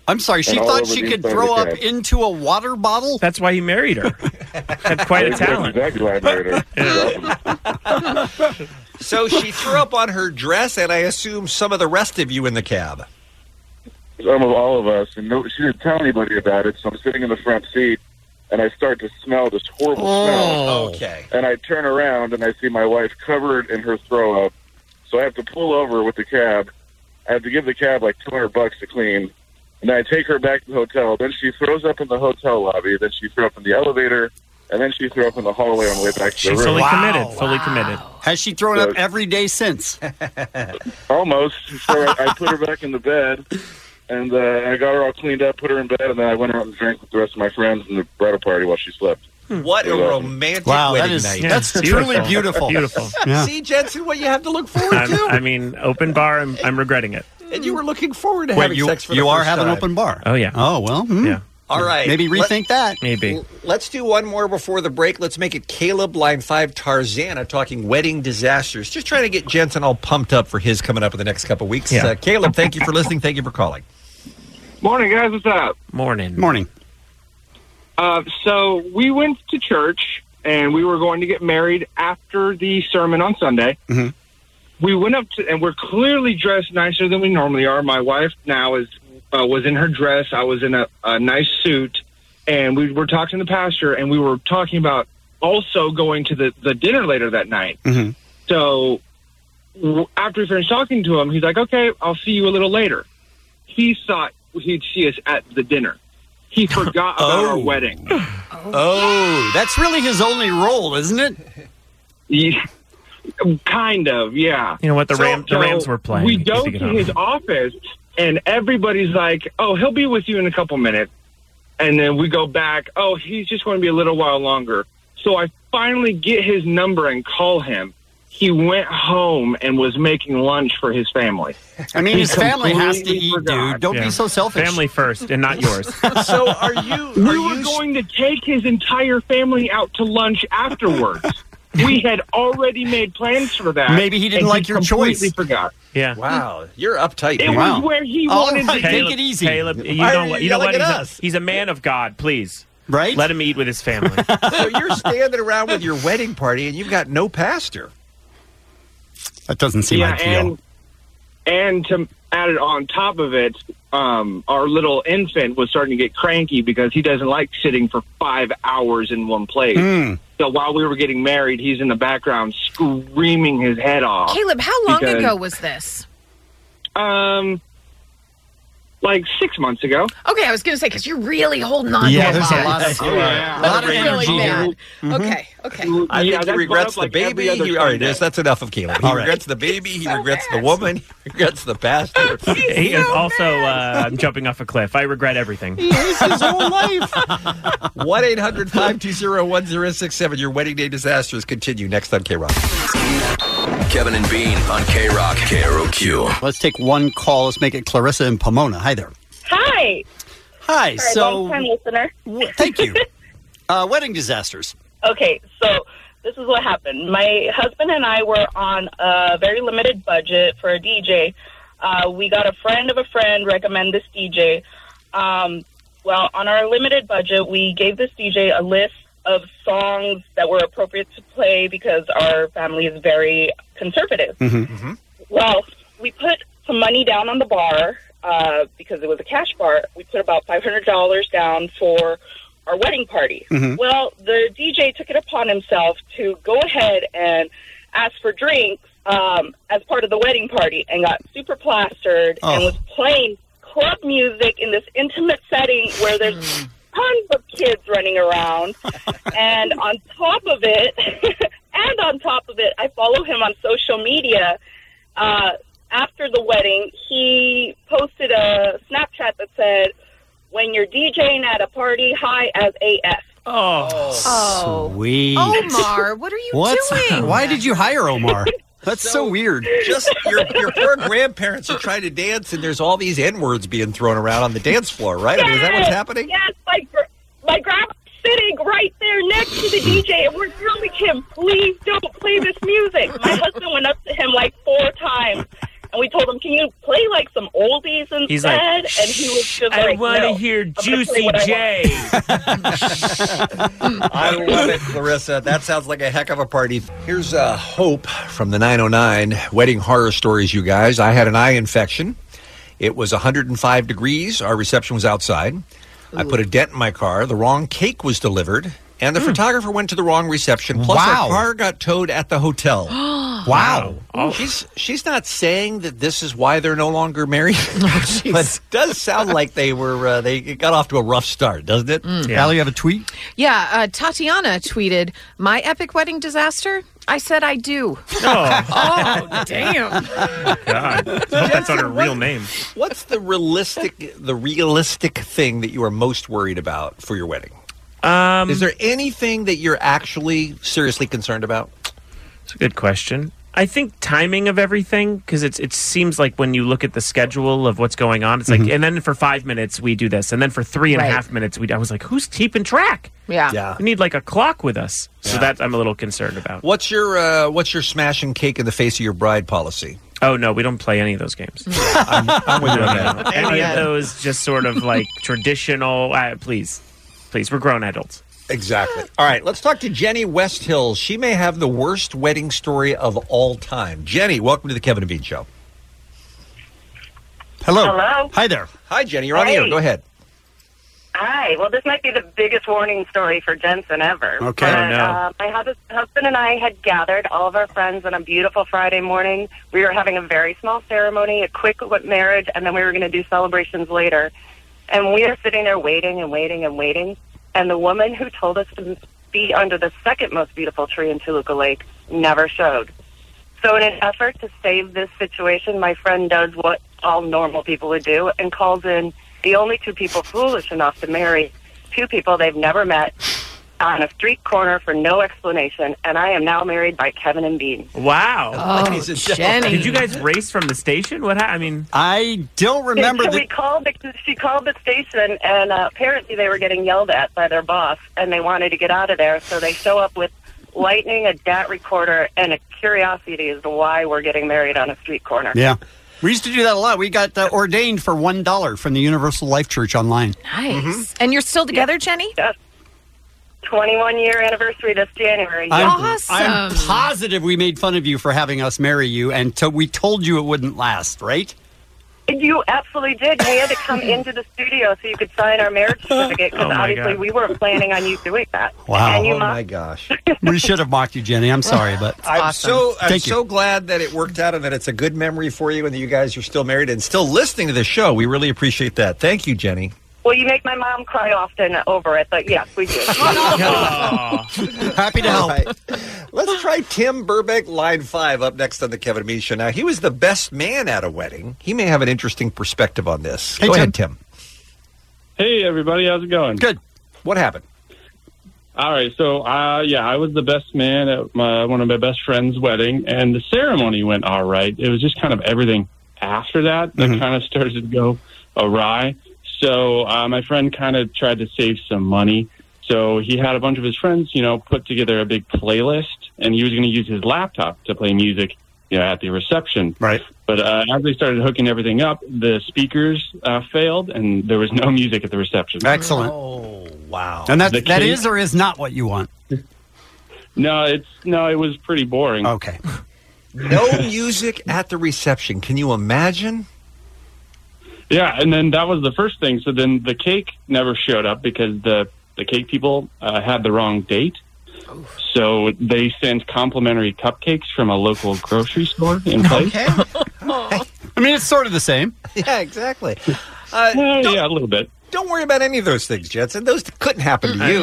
I'm sorry. She
And all
thought
over
she
the
could
inside of
throw
the
up *laughs*
cab.
into a water bottle.
That's why he married
*laughs*
her. Had quite a
That's
talent.
Exactly why I married
*laughs*
her.
So she threw up on her dress, and I assume some of the rest of you in the cab.
some of all of us, and no, she didn't tell anybody about it. So I'm sitting in the front seat, and I start to smell this horrible
Oh.
smell.
Okay.
And I turn around and I see my wife covered in her throw up. So I have to pull over with the cab. I have to give the cab like 200 bucks to clean. And then I take her back to the hotel. Then she throws up in the hotel lobby. Then she threw up in the elevator. And then she threw up in the hallway on the way back to the room.
Fully committed.
Oh, Has she thrown up every day since? *laughs*
Almost. So I, I put her back in the bed, and uh, I got her all cleaned up, put her in bed, and then I went out and drank with the rest of my friends in the bridal party while she slept.
What a
Yeah.
romantic
Wow, that
wedding
is-
night.
yeah, That's beautiful. truly
*laughs*
beautiful.
Beautiful.
See, Jensen, what you have to look forward
I'm-
to.
Um, I mean, open bar. I'm, I'm regretting it.
and you were looking forward to
Wait,
having
you-
sex for
you
the
are
first
having
time.
open bar? Oh yeah. Oh
well.
Yeah.
All right.
Maybe rethink that.
Maybe.
Let's do one more before the break. Let's make it Caleb Line 5 Tarzana talking wedding disasters. Just trying to get Jensen all pumped up for his coming up in the next couple weeks.
Yeah.
Uh, Caleb, thank you for listening. Thank you for calling.
Morning, guys. What's up?
Morning.
Morning.
Uh, so we went to church and we were going to get married after the sermon on Sunday.
Mhm.
We went up to, and we're clearly dressed nicer than we normally are. My wife now is uh, was in her dress. I was in a, a nice suit, and we were talking to the pastor, and we were talking about also going to the the dinner later that night.
Mm-hmm.
So w- after we finished talking to him, he's like, "Okay, I'll see you a little later." He thought he'd see us at the dinner. He
*laughs*
forgot about our wedding.
Oh, that's really his only role, isn't it?
Kind of, yeah.
You know what, the Ram- the Rams were playing. He
We
had to
go
get
to
home.
his office, and everybody's like, "Oh, he'll be with you in a couple minutes." And then we go back. Oh, he's just going to be a little while longer. So I finally get his number and call him. He went home and was making lunch for his family.
I mean,
He
his family has to
completely
eat,
forgot.
dude. Don't be so selfish.
Family first and not yours.
so are you? We were going to take his entire family out to lunch afterwards.
*laughs*
we had already made plans for that.
Maybe he didn't
and
like your choice.
completely Forgot.
Yeah.
Wow, you're uptight.
It
man.
was where he
All
wanted to
right, take
Oh, *laughs* Caleb-
it easy.
Caleb, you
Why
know
are
what?
you
You know what?
yelling
He's
at
a,
us?
he's a man of God. Please, right? Let him eat with his
*laughs*
family.
so you're standing around with your wedding party and you've got no pastor.
That doesn't seem
yeah, and
ideal.
and to add it on top of it, um, our little infant was starting to get cranky because he doesn't like sitting for five hours in one place.
Mm.
So while we were getting married, he's in the background screaming his head off.
Caleb, how long
because-
ago was this?
Um, like six months ago.
Okay, I was going to say because you're really holding on.
Yeah,
to
there's a
lot.
lot of-
That's
Oh, yeah. lot of
really
energy.
bad.
Mhm.
Okay, okay.
I
Yeah,
think
that's
he regrets
brought up,
the
like, every
baby.
other
He- all right,
Sunday.
yes, that's enough of Caleb. He
All right.
regrets the baby. He regrets the woman. He regrets
*laughs*
the pastor.
He is
*laughs*
also uh, I'm jumping off a cliff. I regret everything. *laughs*
hates his whole life. 1 800 520 1067. Your wedding day disasters continue next on K Rock.
Kevin and Bean on K Rock, KROQ.
Let's take one call. Let's make it Clarissa and Pomona. Hi there.
Hi.
Hi.
Sorry,
so,
long time listener.
thank you. uh, wedding disasters.
*laughs* Okay, so this is what happened. My husband and I were on a very limited budget for a DJ. Uh, we got a friend of a friend recommend this DJ. Um, well, on our limited budget, we gave this DJ a list of songs that were appropriate to play because our family is very conservative.
Mm-hmm.
Well, we put some money down on the bar uh, because it was a cash bar. We put about five hundred dollars down for our wedding party.
Mhm.
Well, the DJ took it upon himself to go ahead and ask for drinks um, as part of the wedding party, and got super plastered and
Oh.
was playing club music in this intimate setting where there's tons of kids running around. and on top of it, *laughs* and on top of it, I follow him on social media uh, after the wedding, he posted a Snapchat that said, "When you're DJing at a party, high as AF."
Oh,
Oh.
Sweet.
Omar, what are you
What's,
doing?
Why did you hire Omar? That's so, weird.
*laughs*
Just your, your poor grandparents are trying to dance, and there's all these N words being thrown around on the dance floor, right? I mean, is that what's
Yes!
happening?
Yes, my gr- my grandma's sitting right there next to the DJ, and we're yelling him, "Please don't play this music."
*laughs*
My husband went up to him like four times, and we told him, "Can you play like some oldies instead?"
He's like,
and he was just
I
like,
wanna
"No,
hear
I'm gonna play
Juicy
what I want."
J.
*laughs* I love it, Clarissa. That sounds like a heck of a party. Here's uh, Hope from the 909 Wedding Horror Stories, you guys. I had an eye infection. It was 105 degrees. Our reception was outside. I put a dent in my car. The wrong cake was delivered, and the photographer went to the wrong reception. Plus,
Wow.
our car got towed at the
*gasps*
hotel. Oh.
Wow.
She's she's not saying that this is why they're no longer married, *laughs* but it does sound like they were uh, they got off to a rough start, doesn't it?
Yeah. Allie, you have a *laughs* tweet?
Yeah, uh, Tatiana tweeted, "My epic wedding disaster." I said I do.
Oh.
*laughs*
oh
*laughs*
damn.
God. I hope that's on her real name.
What's the realistic the realistic thing that you are most worried about for your wedding?
Um,
Is there anything that you're actually seriously concerned about?
It's a good question. I think timing of everything because it's it seems like when you look at the schedule of what's going on, it's
Mm-hmm.
like, and then for five minutes we do this, and then for three and a half
Right.
minutes we. I was like, who's keeping track?
Yeah.
we need like a clock with us. So that I'm a little concerned about.
What's your uh, what's your smashing cake in the face of your bride policy?
Oh no, we don't play any of those games.
*laughs* I'm, I'm with you on
*laughs*
that.
Any of those just sort of
*laughs*
like traditional? Uh, please, please, we're grown adults.
Exactly. All right, let's talk to Jenny West Hills. She may have the worst wedding story of all time. Jenny, welcome to the Kevin and Bean Show.
Hello.
Hello.
Hi there.
Hi, Jenny. You're on the air.
Hey.
Go ahead.
Hi. Well, this might be the biggest warning story for Jensen ever.
Okay.
But,
Oh, no.
uh, my hus- husband and I had gathered all of our friends on a beautiful Friday morning. We were having a very small ceremony, a quick marriage, and then we were going to do celebrations later. And we are sitting there waiting and waiting and waiting. And the woman who told us to be under the second most beautiful tree in Toluca Lake never showed. So, in an effort to save this situation, my friend does what all normal people would do and calls in the only two people foolish enough to marry two people they've never met on a street corner for no explanation. And I am now married by Kevin and Bean.
*laughs*
Wow.
Oh, Ladies and gentlemen. Jenny.
*laughs* Did you guys race from the station? What hap I mean,
I don't
so
*laughs*
we called the, she called the station, and uh, apparently they were getting yelled at by their boss, and they wanted to get out of there. So they show up with lightning, a DAT recorder, and a curiosity as to why we're getting married on a street corner.
Yeah. We used to do that a lot. We got uh, ordained for $1 from the Universal Life Church online.
Nice. And you're still together, Jenny?
Mm-hmm. Yes. 21 year anniversary this January.
I'm positive we made fun of you for having us marry you, and to, we told you it wouldn't last, right?
You absolutely did. We had
*laughs*
to come into the studio so you could sign our marriage certificate because
Oh, my
obviously
God.
we weren't planning on you doing that.
*laughs* Wow.
And you
Oh,
mocked
my
gosh.
we should have mocked you, Jenny. I'm sorry, but
*laughs* I'm so I'm
Thank you.
so glad that it worked out and that it's a good memory for you and that you guys are still married and still listening to the show. We really appreciate that. Thank you, Jenny.
Well, you make my mom cry often over it, but yes,
*laughs*
we do. *laughs*
Happy to help. Let's try Tim Burbeck, line five, up next on the Kevin and Bean Show. Now, he was the best man at a wedding. He may have an interesting perspective on this. Go ahead, Tim.
Hey, everybody. How's it going?
Good. What happened?
All right. So, uh, yeah, I was the best man at my, one of my best friend's wedding, and the ceremony went all right. It was just kind of everything after that that
Mm-hmm.
kind of started to go awry. So, uh, my friend kind of tried to save some money. So, he had a bunch of his friends, you know, put together a big playlist, and he was going to use his laptop to play music, you know, at the reception.
Right.
But uh, as they started hooking everything up, the speakers uh, failed, and there was no *laughs* music at the reception.
Excellent.
Oh, wow.
And that,
The
that
king-
is or is not what you want.
No, it's no. It was pretty boring.
Okay. *laughs*
No *laughs* music at the reception. Can you imagine?
Yeah, and then that was the first thing. So then the cake never showed up because the the cake people uh, had the wrong date. So they sent complimentary cupcakes from a local grocery store
*laughs*
in place.
Okay.
I mean, it's sort of the same.
Yeah, exactly. Uh,
yeah, a little bit.
Don't worry about any of those things, Jetson. Those couldn't happen to you.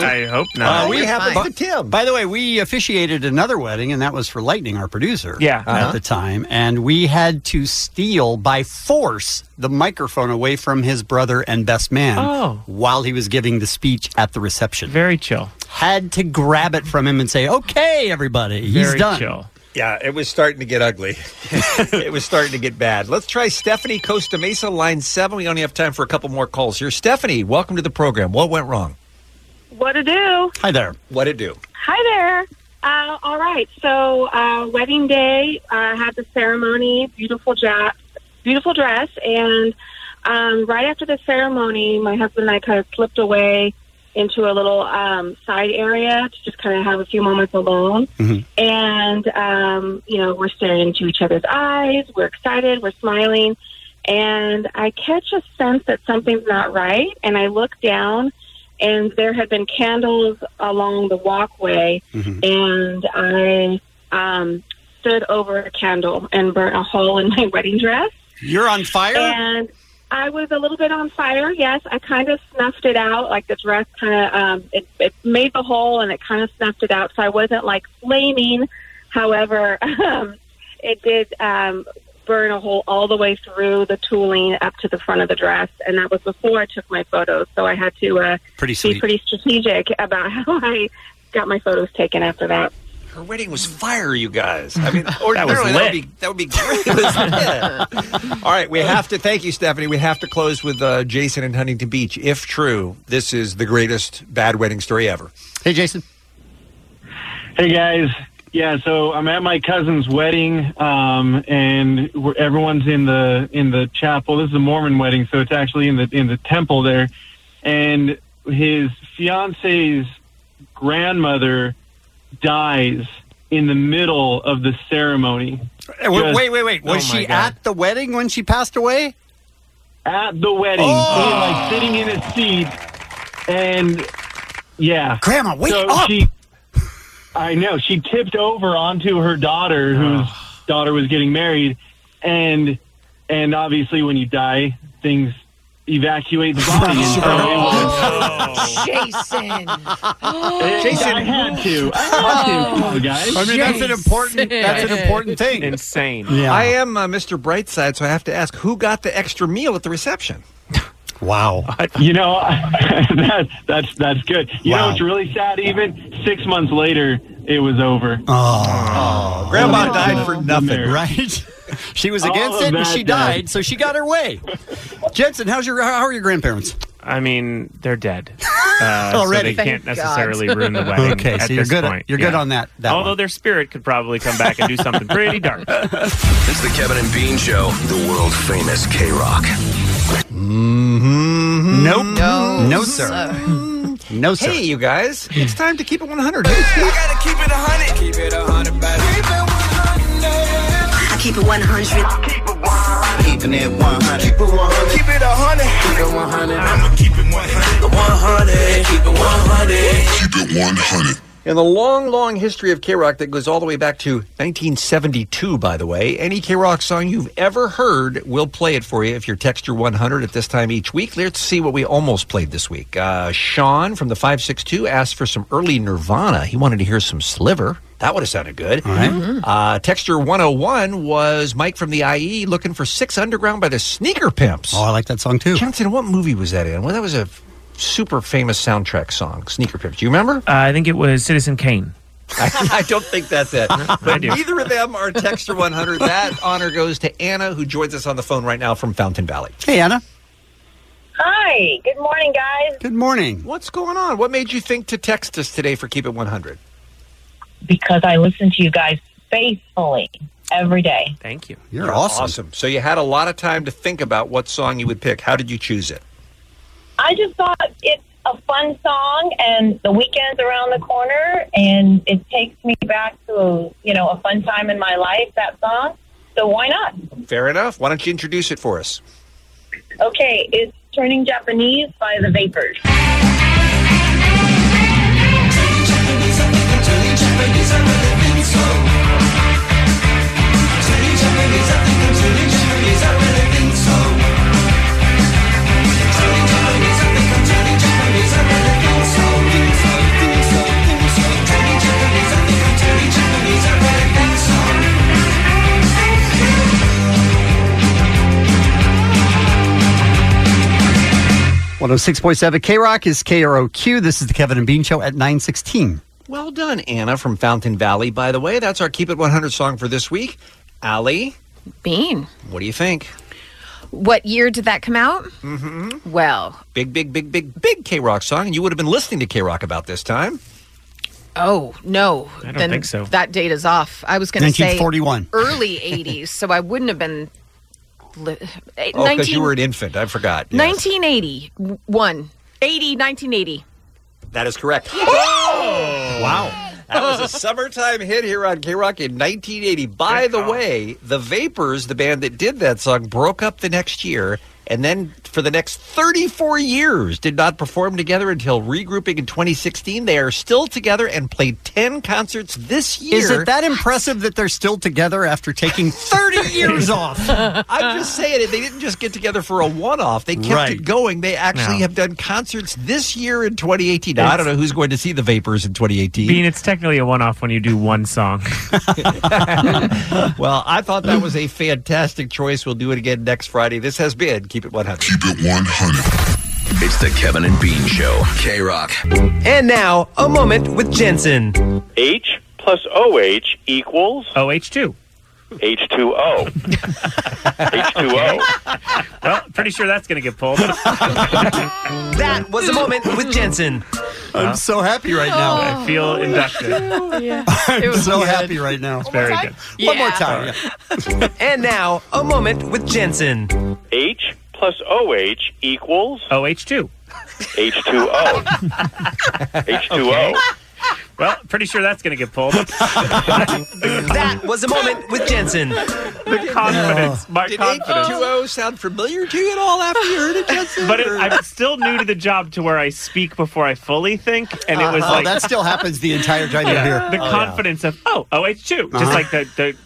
Uh, we happened to Tim.
By the way, we officiated another wedding, and that was for Lightning, our producer.
Yeah.
Uh-huh.
Uh-huh.
At the time, and we had to steal by force the microphone away from his brother and best man.
Oh.
While he was giving the speech at the reception.
Very chill.
Had to grab it from him and say, "Okay, everybody, he's done."
Yeah, it was starting to get ugly. *laughs* it was starting to get bad. Let's try Stephanie Costa Mesa, line seven. We only have time for a couple more calls here. Stephanie, welcome to the program. What went wrong?
What to do?
Hi there.
What it do?
Hi there. Uh, all right. So, uh, wedding day, uh, had the ceremony, beautiful, ja- beautiful dress. And um, right after the ceremony, my husband and I kind of slipped away into a little um, side area to just kind of have a few moments alone. And, um, you know, we're staring into each other's eyes. We're excited. We're smiling. And I catch a sense that something's not right. And I look down, and there had been candles along the walkway. And I um, stood over a candle and burnt a hole in my *laughs* wedding dress.
You're on fire.
And I was a little bit on fire. Yes, I kind of snuffed it out. Like the dress kind of um, it, it made the hole, and it kind of snuffed it out. So I wasn't like flaming. However, *laughs* um, it did um, burn a hole all the way through the tooling up to the front of the dress, and that was before I took my photos. So I had to uh,
Pretty
be
sweet.
pretty strategic about *laughs* how I got my photos taken after that.
Her wedding was fire, you guys. I
*laughs*
mean, ordinarily
That was
would be, that would be great. *laughs* It was lit. All right, we have to thank you, Stephanie. We have to close with uh, Jason in Huntington Beach. If true, this is the greatest bad wedding story ever.
Hey, Jason.
Hey guys, yeah. So I'm at my cousin's wedding, um, and we're, everyone's in the in the chapel. This is a Mormon wedding, so it's actually in the in the temple there. And his fiance's grandmother dies in the middle of the ceremony. Oh
Hey, wa- wait, wait, wait. Was
Oh,
she at the wedding when she passed away?
At the wedding,
Oh.
She was, like sitting in a seat, and yeah,
Grandma, wake
so
up!
She, I know she tipped over onto her daughter, whose daughter was getting married, and and obviously when you die, things evacuate the body. And so it
Oh.
was-
Oh,
*laughs*
Jason.
I had to. I had to. Come on, guys.
I mean, that's an important- that's an important
thing. Insane.
I am uh, Mr. Brightside, so I have to ask who got the extra meal at the reception?
Wow. You know, *laughs* that, that's that's good. You know, it's really sad. Even six months later, it was over. Oh,
Grandma died for nothing, right? *laughs* She was
All
against
of
it, and
that
she
died.
died, so she got her way. Jensen, how's your how are your grandparents?
I mean, they're dead. Uh,
Already.
so they
Thank
can't
God.
necessarily ruin
*laughs*
the wedding.
Okay,
at
so you're
this
good-
Point.
you're good on that- that
Although their spirit could probably come back and do something
*laughs*
pretty dark.
It's the Kevin and Bean Show, the world famous K Rock.
Mm-hmm. Nope.
No,
no sir. Mm. No, sir.
Hey, you guys, it's time to keep it 100.
gotta keep it a hundred. Keep it a hundred, baby. Keep it one hundred. I keep it one hundred. Keep it one hundred. Keeping it one hundred. Keep it one hundred. Keep it a hundred. Keep it one hundred. I'ma keep it one hundred. One hundred. Keep it one hundred. Keep it one hundred.
In the long, long history of K Rock that goes all the way back to 1972, by the way, any K Rock song you've ever heard, we'll play it for you if you're Texture 100 at this time each week. Let's see what we almost played this week. Uh, Sean from the 562 asked for some early Nirvana. He wanted to hear some Sliver. That would have sounded good. Uh, Texture 101 was Mike from the IE looking for Six Underground by the Sneaker Pimps. Oh,
I like that song too.
Johnson, what movie was that in? Well, that was a super famous soundtrack song, Sneaker Pimps. Do you remember?
Uh, I think it was Citizen Kane.
I, *laughs* I don't think that's it.
*laughs* I
But
do.
neither of them are Texture 100.
*laughs*
That honor goes to Anna, who joins us on the phone right now from Fountain Valley.
Hey, Anna.
Hi. Good morning, guys.
Good morning.
What's going on? What made you think to text us today for Keep It 100?
Because I listen to you guys faithfully every day.
Thank you.
You're, awesome. So you had a lot of time to think about what song you would pick. How did you choose it?
I just thought it's a fun song, and the weekend's around the corner, and it takes me back to you know a fun time in my life. That song. So why not?
Fair enough. Why don't you introduce it for us?
Okay, it's Turning Japanese by The Vapors.
One hundred six point seven K Rock is KROQ. This is the Kevin and Bean Show at nine sixteen.
Well done, Anna from Fountain Valley. By the way, that's our Keep It 100 song for this week. Allie?
Bean.
What do you think?
*laughs* What year did that come out? Mm-hmm. Well,
Big, big, big, big, big K Rock song. And you would have been listening to K Rock about this time.
oh no,
I don't
then
think so.
that date is off. I was going to say
1941.
early '80s, so I wouldn't have been. Li- eh,
Oh, because
19
you were an infant. I forgot.
1981, 80, 1980.
That is correct. Oh! Wow. That was
*laughs*
a summertime hit here on K Rock in 1980. By the way, the Vapors, the band that did that song, broke up the next year and then for the next 34 years did not perform together until regrouping in 2016. They are still together and played 10 concerts this year.
Is it that impressive that they're still together after *laughs* taking
*laughs*
thirty years off?
I'm just saying it. They didn't just get together for a one-off. They kept it
Right.
going. They actually
No.
have done concerts this year in 2018. Now, I don't know who's going to see the Vapors in 2018.
Bean, it's technically a one-off when you do one song. *laughs*
well, I thought that was a fantastic choice. We'll do it again next Friday. This has been Keep It 100. Keep It 100.
It's the Kevin and Bean Show, K Rock.
And now, a moment with Jensen.
H plus OH equals
OH2.
H2O. H2O.
well, pretty sure that's going to get pulled.
*laughs* That was a moment with Jensen.
I'm so happy right now.
I feel inducted.
I'm so happy right now. It's
very good.
One more time. and now, a moment with Jensen.
H plus OH equals
OH2.
H2O. H2O.
Well, pretty sure that's going to get pulled.
that was a moment with Jensen.
The confidence. My
Did
confidence.
H2O sound familiar to you at all after you heard
*laughs*
it, Jensen?
but it,
Or-
I'm still new to the job to where I speak before I fully think, and it was
Uh-huh.
like
that still happens the entire time
Yeah,
you're here.
The confidence of oh OH2,
Uh-huh.
just like the the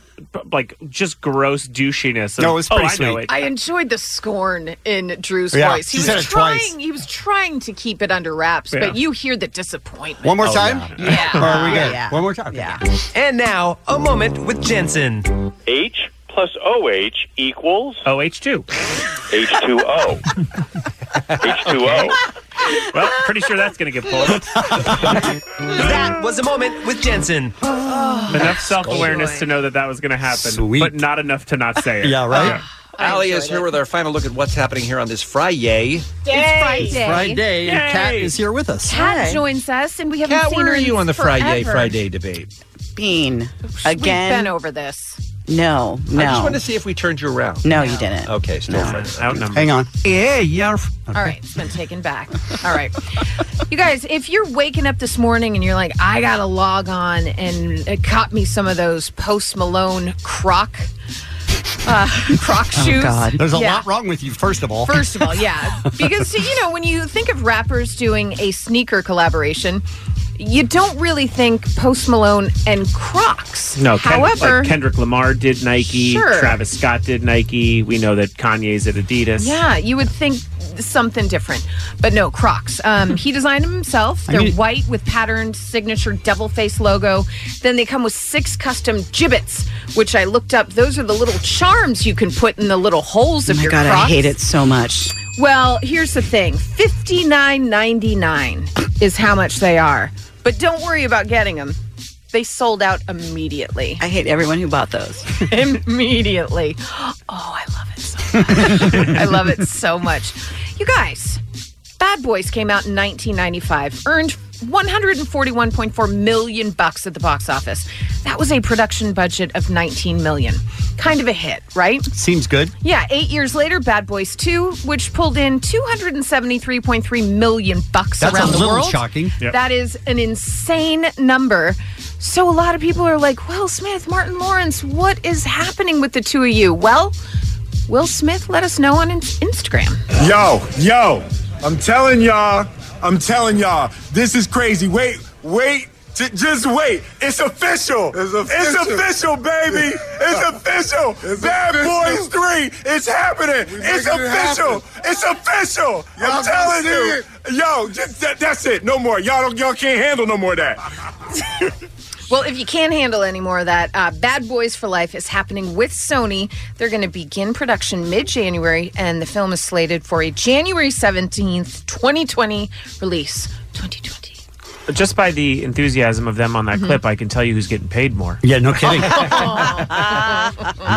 p- like just gross douchiness. Of,
No, it's
oh,
pretty
I know
sweet.
it.
I enjoyed the scorn in Drew's
Yeah,
voice. He
she
was
said it
trying.
twice.
He was trying to keep it under wraps,
Yeah.
but you hear the disappointment.
One more Oh, time? yeah.
Yeah.
Or are we good?
Yeah.
One
more time.
Yeah.
And now, a moment with Jensen.
H plus OH equals
*laughs*
OH2.
H2O. H2O.
Well, pretty sure that's going to get pulled.
*laughs* That was a moment with Jensen.
enough self awareness to know that that was going to happen, but not enough to not say it.
Yeah, right? Allie is here with our final look at what's happening here on this Friday.
It's Friday.
Friday, and Kat
Yay.
is here with us.
Kat joins us, and we haven't
Kat,
seen
where
her
are
in
you on the Friday
forever.
Friday debate?
Bean.
We've been
Again.
over this.
No, no.
I just want to see if we turned you around.
No, you didn't.
Okay, still Friday.
Outnumbered.
Hang on. Yeah, yeah.
All right, it's been taken back. All right. You guys, if you're waking up this morning and you're like, I got to log on and it caught me some of those post Malone croc. Uh, croc shoes.
Oh, There's a
Yeah.
lot wrong with you, first of all.
First of
*laughs*
all, yeah. Because, you know, when you think of rappers doing a sneaker collaboration, you don't really think Post Malone and Crocs.
No, Kend-
However,
like Kendrick Lamar did Nike,
Sure.
Travis Scott did Nike. We know that Kanye's at Adidas.
yeah, you would think something different. But no, Crocs. Um, he designed them himself.
I
They're
mean-
white with patterned signature devil face logo. Then they come with six custom gibbets, which I looked up. Those are the little charms you can put in the little holes
Oh
of
my
your
God,
Crocs.
I hate it so much.
Well, here's the thing: fifty nine ninety nine is how much they are. But don't worry about getting them; they sold out immediately.
I hate everyone who bought those.
*laughs* immediately. Oh, I love it so much. I love it so much. You guys, Bad Boys came out in 1995, earned 141.4 million bucks at the box office. That was a production budget of 19 million. Kind of a hit, right?
Seems good.
Yeah, eight years later, Bad Boys 2, which pulled in 273.3 million bucks
That's a
around the
little
world.
shocking. Yep.
That is an insane number. So a lot of people are like, Will Smith, Martin Lawrence, what is happening with the two of you? Well, Will Smith let us know on in- Instagram.
Yo, yo, I'm telling y'all, I'm telling y'all, this is crazy. Wait, wait, j- just wait. It's official. It's official, baby. It's official. Bad
official.
Boys 3, it's happening.
We
It's
making it
official. it's official.
Y'all
I'm telling
gonna see
you. Yo, just, that, that's it. No more. Y'all don't, y'all can't handle no more of that.
Well, if you can't handle any more of that, uh, Bad Boys for Life is happening with Sony. They're going to begin production mid January, and the film is slated for a January 17th, 2020 release.
Just by the enthusiasm of them on that
Mhm.
clip, I can tell you who's getting paid more.
Yeah, no
*laughs*
kidding.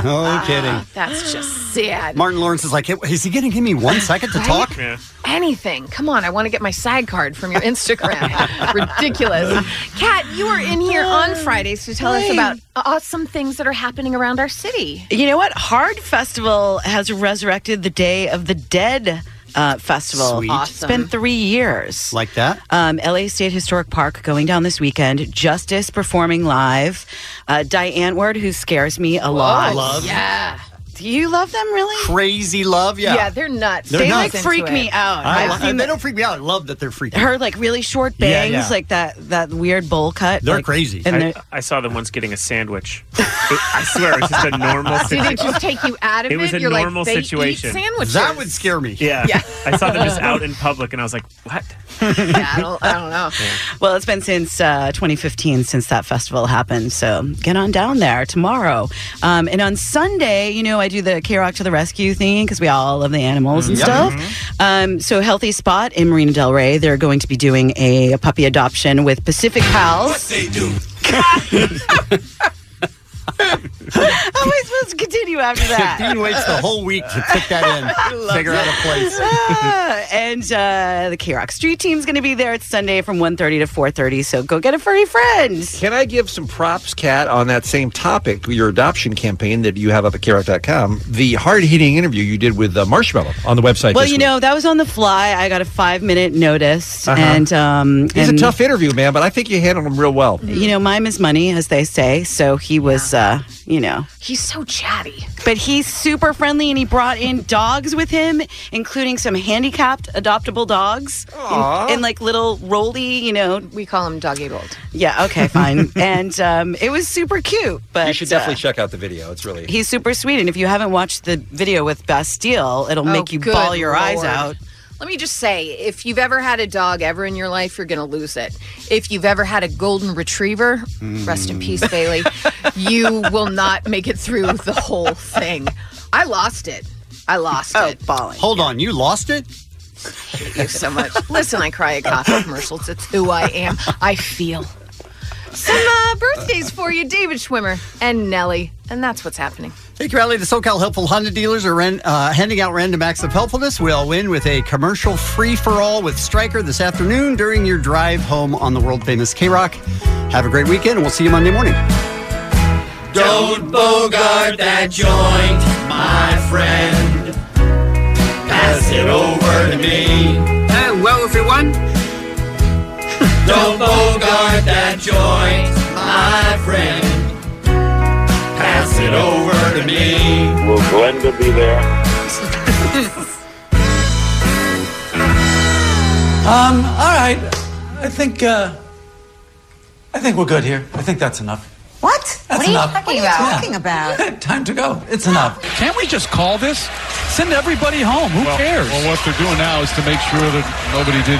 no
kidding.
That's just sad.
Martin Lawrence is like, "Hey, is he going to give me one second to
Right?
talk?
Anything. Come on, I want to get my side card from your Instagram. Ridiculous. Kat, you are in here on Fridays to tell us
Hey.
about awesome things that are happening around our city.
You know what? Hard Festival has resurrected the Day of the Dead uh, festival.
Sweet.
It's been three years.
Like that?
Um, LA State Historic Park going down this weekend. Justice performing live. Uh, Diane Ward, who scares me a lot.
love.
Yeah.
Do you love them really?
Crazy love, yeah.
Yeah, they're
Uh,
nuts.
They're
They,
nuts.
like, freak Into me it. out.
I
I've
li-
seen
they
the-
don't freak me out. I love that they're freaking.
Her like really short
Yeah,
bangs,
yeah.
like that that weird bowl cut. like- And
I,
they're,
*laughs*
I saw them once getting a sandwich. It- I swear, it's just a
*laughs*
normal
Did
situation.
it just take you out of it?
It was a
You're
normal
like, they
situation.
Eat sandwiches.
That would scare me.
Yeah.
Yeah.
I saw
*laughs*
them just out in public, and I was like, what?
yeah, I don't, I don't know. Well, it's been since uh, 2015 since that festival happened. So get on down there tomorrow. Um, and on Sunday, you know, I do the K Rock to the Rescue thing because we all love the animals and
Yep.
stuff. Um, so Healthy Spot in Marina Del Rey, they're going to be doing a, puppy adoption with Pacific Pals.
They
*laughs*
do. *laughs*
How am I supposed to continue after that?
Dean waits the whole week to pick that in, figure out a place.
Ah, *laughs* and uh, the K Rock Street Team's going to be there. It's Sunday from 1.30 to 4.30, so go get a furry friend.
Can I give some props, Kat, on that same topic, your adoption campaign that you have up at carrot.com, the hard hitting interview you did with uh, Marshmallow on the website
well,
this
you
week.
know, that was on the fly. I got a five minute notice.
Uh-huh.
And, um,
He's
and,
a tough interview, man, but I think you handled him real well.
You know, mime is money, as they say. So he was is, uh, you know.
He's so chatty.
But he's super friendly, and he brought in dogs with him, including some handicapped adoptable dogs
Aw.
and, and, like little rolly, you know.
We call him doggy bold.
Yeah.
*laughs*
Okay. Fine. and um, it was super cute. But
you should
uh,
definitely check out the video. It's really
He's super sweet, and if you haven't watched the video with Bastille, it'll
Oh,
make you
good
ball your eyes
Lord.
out.
Let me just say, if you've ever had a dog ever in your life, you're going to lose it. If you've ever had a golden retriever, rest in peace, Bailey, you will not make it through the whole thing. I lost it. I lost it. Oh, *laughs*
balling.
Hold on, you lost it?
Thank you
*laughs*
so much. Listen, I cry at coffee commercials. It's who I am. I feel. Some uh, birthdays for you, David Schwimmer and Nellie. And that's what's happening.
Hey, Crowley, the SoCal Helpful Honda dealers are ran, uh, handing out random acts of helpfulness. We'll win with a commercial free for all with Stryker this afternoon during your drive home on the world famous K Rock. Have a great weekend, and we'll see you Monday morning.
Don't bogart that joint, my friend. Pass it over to me. Hello, everyone. Don't bogart that joint, my friend. Pass it over to me.
Will Glenda be there?
Um, all right. I think, uh, I think we're good here. I think that's enough.
What?
That's
what are you
enough.
talking
What
about?
are you
talking about?
*laughs* Time to go. It's enough. Can't we just call this? Send everybody home. Who cares? Well, what they're doing now is to make sure that nobody did.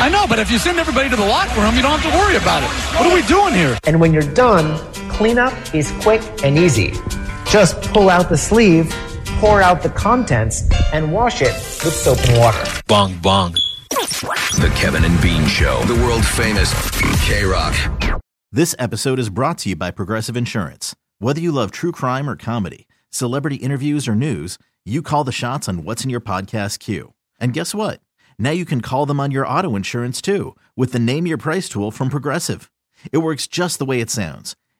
I know, but if you send everybody to the locker room, you don't have to worry about it. What are we doing here?
And when you're done, cleanup is quick and easy. Just pull out the sleeve, pour out the contents, and wash it with soap and water.
Bong bong. The Kevin and Bean Show, the world famous K Rock.
This episode is brought to you by Progressive Insurance. Whether you love true crime or comedy, celebrity interviews or news, you call the shots on what's in your podcast queue. And guess what? Now you can call them on your auto insurance too with the Name Your Price tool from Progressive. It works just the way it sounds.